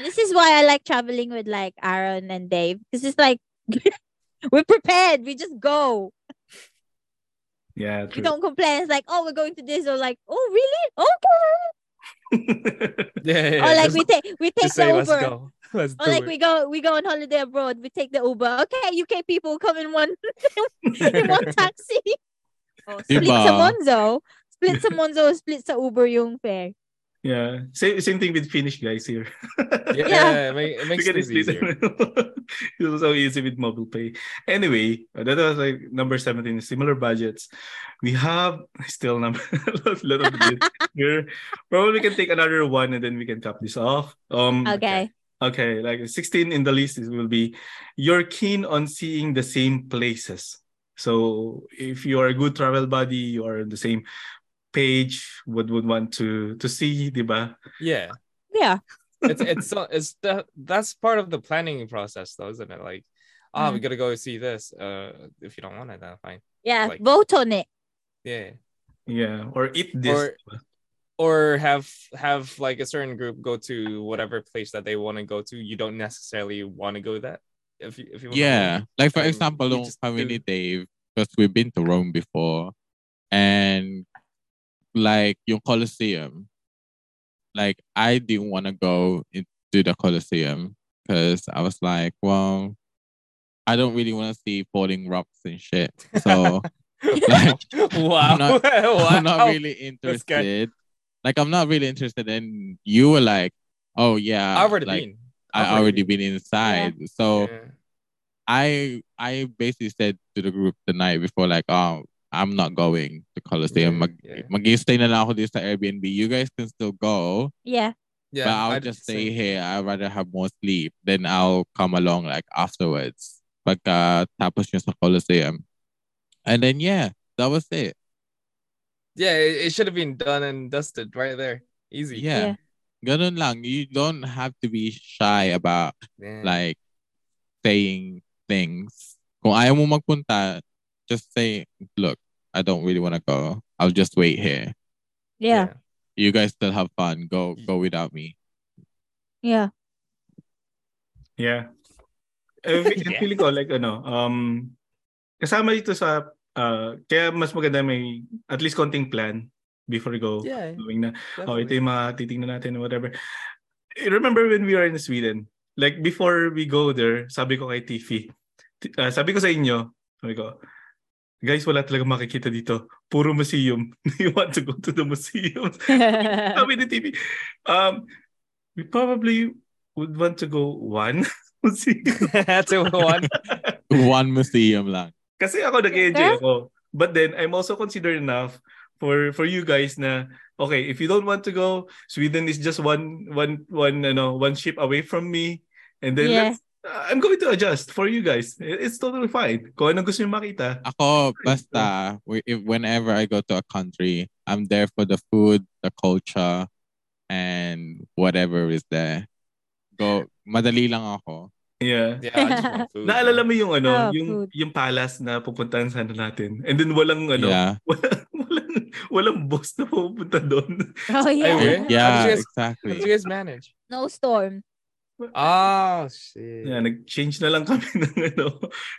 This is why I like traveling with like Aaron and Dave. Because it's like we're prepared. We just go.
Yeah,
We
true.
don't complain. It's like, oh, we're going to this, or like, oh, really? Okay.
Yeah,
or like
just-
we take we take
just say,
the
let's
Uber.
go. Let's
Or
do
like
it.
we go we go on holiday abroad. We take the Uber. Okay, UK people come in one in one taxi. Oh, split
Diba?
sa Monzo. Split sa Monzo. Split sa Uber yung fare.
yeah. Same, same thing with Finnish guys here.
Yeah,
Yeah.
it ma- it makes
Look at
things
this
easier.
it was so easy with mobile pay. Anyway, that was like number 17, similar budgets. We have still number a lot of this here. Probably we can take another one and then we can cap this off. Um
Mm,
Okay.
okay, like 16 in the list is will be you're keen on seeing the same places. So if you are a good travel buddy, you are on the same page, would would want to to see, diba?
Yeah.
Yeah.
It's it's so it's the, that's part of the planning process though, isn't it? Like, ah,
Mm-hmm.
we gotta go see this. Uh if you don't want it, then fine.
Yeah.
Like-
Vote on it.
Yeah.
Yeah, or eat this.
Or-
diba?
Or have have like a certain group go to whatever place that they want to go to. You don't necessarily want to go that if you if you wanna go.
Yeah. Like for
Um,
example,
you
nung
just
kami ni
do-
Dave, because we've been to Rome before, and like yung Colosseum, like I didn't want to go into the Colosseum because I was like, well, I don't really want to see falling rocks and shit. So
wow.
I'm not-
wow.
I'm not really
This guy.
interested. Like I'm not really interested. And you were like, oh yeah,
I already
like,
been.
I already been inside. So.
Yeah.
I I basically said to the group the night before, like, oh, I'm not going to
Yeah,
Colosseum. Mag,
yeah.
mag-stay na lang ako dito sa Airbnb. You guys can still go,
Yeah.
Yeah,
but I'll
I'd
just
say-
stay here. I'd rather have more sleep. Then I'll come along like afterwards. Pagka tapos nyo sa Colosseum. And then, yeah, that was it.
Yeah, it, it should have been done and dusted right there. Easy.
Yeah. Ganun lang. You don't have to be shy about
Yeah.
Mm. like saying things. Kung ayaw mo magpunta, just say, look, I don't really want to go. I'll just wait here.
Yeah.
You guys still have fun. Go go without me.
Yeah.
Yeah. Eh, fe-
Yeah.
Feeling ko like ano, um kasama dito sa ah, kaya mas maganda may at least konting plan before we go.
Yeah.
Going na. Oh, ito yung mga titingnan natin whatever. Eh, Remember when we were in Sweden? Like before we go there, sabi ko kay Tiffy, ti- ah, sabi ko sa inyo, sabi ko, guys, wala talaga makikita dito. Puro museum. Do you want to go to the museum? sabi ni Tiffy, um, we probably would want to go one museum.
Two, one.
One museum lang.
Kasi ako nag-enjoy ako. But then, I'm also considered enough for for you guys na okay if you don't want to go Sweden is just one one one ano one ship away from me and then
Yeah.
let's- uh, I'm going to adjust for you guys It- it's totally fine kung anong gusto niyo makita
Ako, basta, we- if, whenever I go to a country, I'm there for the food, the culture, and whatever is there. Go, madali lang ako.
yeah
Yeah, I just want food.
naalala mo yung ano
Oh,
yung
food.
yung palace na pupuntahan sana natin and then walang ano
Yeah.
walang, walang walang boss na pupunta doon
oh
Anyway. How did you
yeah.
guys- How
Yeah,
did you
exactly.
guys manage?
No storm.
Oh shit.
yeah nag-change na lang kami ng ano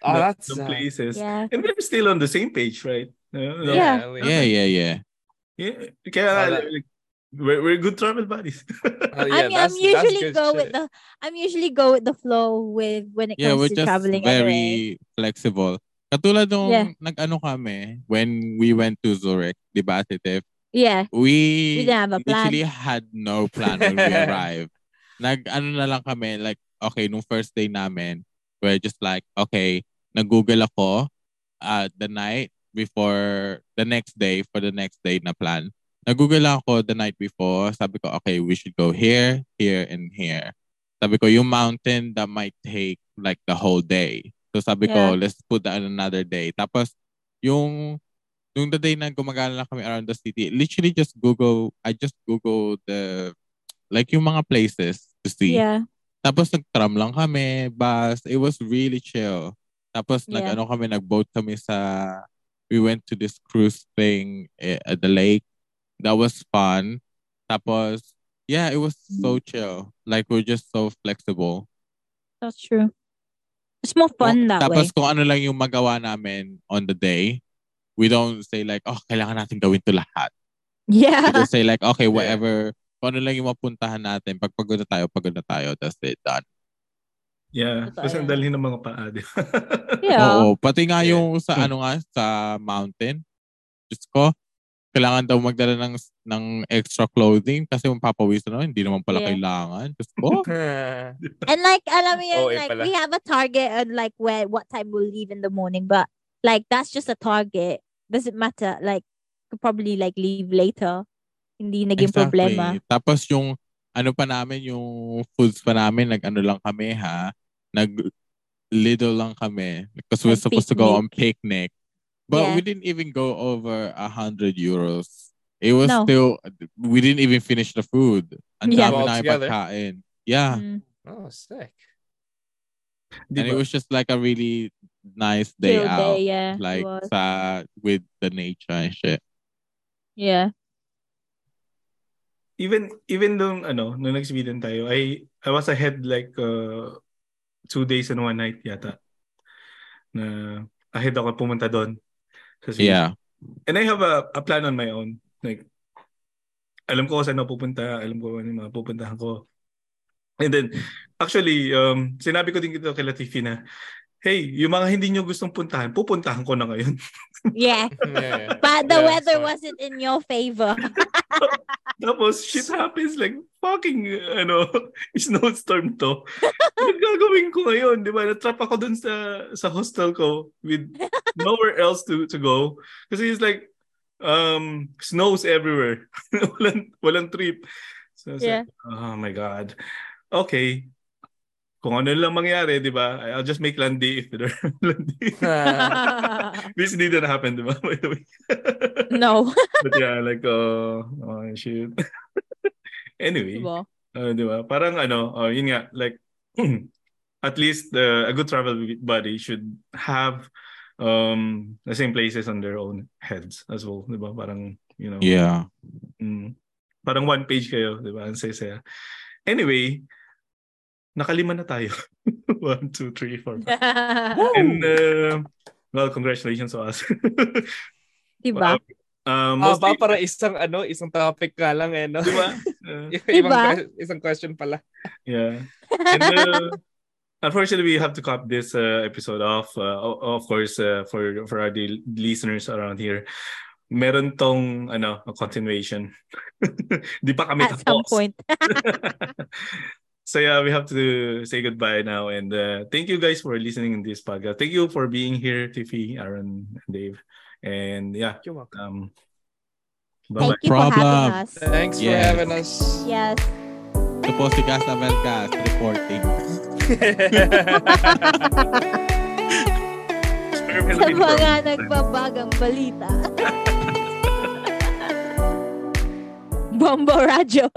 Oh,
ng-
that's
ng
uh,
places
Yeah.
and we're still on the same page right No, no.
at
Yeah.
least-
Yeah, yeah, yeah.
Yeah, kaya nga,
Wala.
like, we're, we're good travel buddies.
Uh, yeah,
I mean, I'm
that's- that's
usually
good
go with
shit.
the I'm usually go with the flow with when it
Yeah,
comes
we're
to
just
traveling anyway.
very flexible. Katulad nung
Yeah.
nag-ano kami, when we went to Zurich, di ba, Ate Tiff?
Yeah. We
We,
didn't have a
um,
plan.
literally had no plan when we arrived. Nag, ano na lang kami, like, okay, nung first day namin, we're just like, okay, nag-google ako uh, the night before, the next day, for the next day na plan. Nag-google lang ako the night before. Sabi ko, okay, we should go here, here, and here. Sabi ko, yung mountain that might take like the whole day. So sabi ko, let's put that on another day. Tapos, yung nung the day na gumagala na kami around the city, literally just Google, I just Google the, like yung mga places to see.
Yeah.
Tapos nag-tram lang kami, bus. It was really chill. Tapos
Yeah.
nag-ano kami, nag-boat kami sa, we went to this cruise thing eh, at the lake. That was fun. Tapos, yeah, it was so
Mm.
chill. Like, we're just so flexible.
That's true. It's more fun that
Oh, Tapos
way.
kung ano lang yung magawa namin on the day, we don't say like, oh, kailangan natin gawin to lahat. We
Yeah.
just say like, okay, whatever, kung ano lang yung mapuntahan natin, pag pagod na tayo, pagod na tayo, that's it, done.
Yeah.
Totoo
Kasi ang
yan.
dali ng mga paa. di ba?
Yeah.
Oo, pati nga
Yeah.
yung sa
Hmm.
ano nga, sa mountain, Diyos ko, kailangan daw magdala ng, ng extra clothing kasi mapapawisan na, hindi naman pala
Yeah.
kailangan. Diyos ko,
And like alam mo yun,
Oo, eh,
like
pala.
we have a target on like where what time we'll leave in the morning, but like that's just a target. Doesn't matter. Like could probably like leave later. Hindi naging problema.
Tapos yung ano pa namin, yung foods pa namin, nag-ano lang kami ha, nag little lang kami because we're
Nag
supposed to go on picnic. But
Yeah.
we didn't even go over a hundred euros. It was
No.
still, we didn't even finish the food. Ang
Yeah.
dami
All
na yung
together.
pagkain. Yeah.
Mm.
oh, sick.
Di
And
ba?
it was just like a really nice day
Chill
out.
day, yeah. it
Like
was.
sa, with the nature and shit.
yeah.
even even nung ano nung nag Sweden tayo I I was ahead like uh, two days and one night yata na ahead ako pumunta doon sa Sweden.
Yeah.
and I have a, a plan on my own. Like, alam ko kung saan ako pupunta, alam ko ano yung mga pupuntahan ko. And then, actually, um, sinabi ko din ito kay Latifi na, hey, yung mga hindi nyo gustong puntahan, pupuntahan ko na ngayon.
Yeah,
Yeah.
but the
Yeah,
weather
smart.
wasn't in your favor.
Tapos, shit happens, like, fucking, ano, snowstorm to. Ano gagawin ko ngayon? Di ba? Natrap ako dun sa, sa hostel ko with nowhere else to, to go. Kasi it's like, um, snows everywhere. walang, walang trip. So, it's
Yeah.
like, oh my God. Okay. Kung ano lang mangyari, di ba? I'll just make landi if there landi. This didn't happen, di ba? By the way.
no.
But yeah, like, uh, oh, shit. anyway,
Diba?
uh, di ba? Parang ano, uh, yun nga, like, at least uh, a good travel buddy should have um, the same places on their own heads as well, di ba? Parang, you know,
Yeah.
mm, parang one page kayo, di ba? Ang saya-saya. Anyway, nakalima na tayo. one, two, three, four. five. uh, And, uh, well, congratulations to us.
diba?
Wow. Uh,
Mostly,
mostly,
Ah, para isang ano, isang topic nga lang eh, no?
di ba? Uh,
Yung
Diba?
Ibang que- isang question pala.
yeah. And, uh, unfortunately, we have to cut this uh, episode off. Uh, o- of course, uh, for for our de- listeners around here, meron tong ano, a continuation. Di pa kami
At some
tapos.
point.
so yeah, we have to say goodbye now. And uh, thank you guys for listening in this podcast. Thank you for being here, Tiffy, Aaron, and Dave. And yeah,
You're welcome.
um,
Thank
bye-bye.
you for
Problem.
having us.
Thanks
Yes.
for having us.
Yes.
Ito po si Gas Avelcast reporting.
Sa mga nagbabagang balita. Bombo Radyo.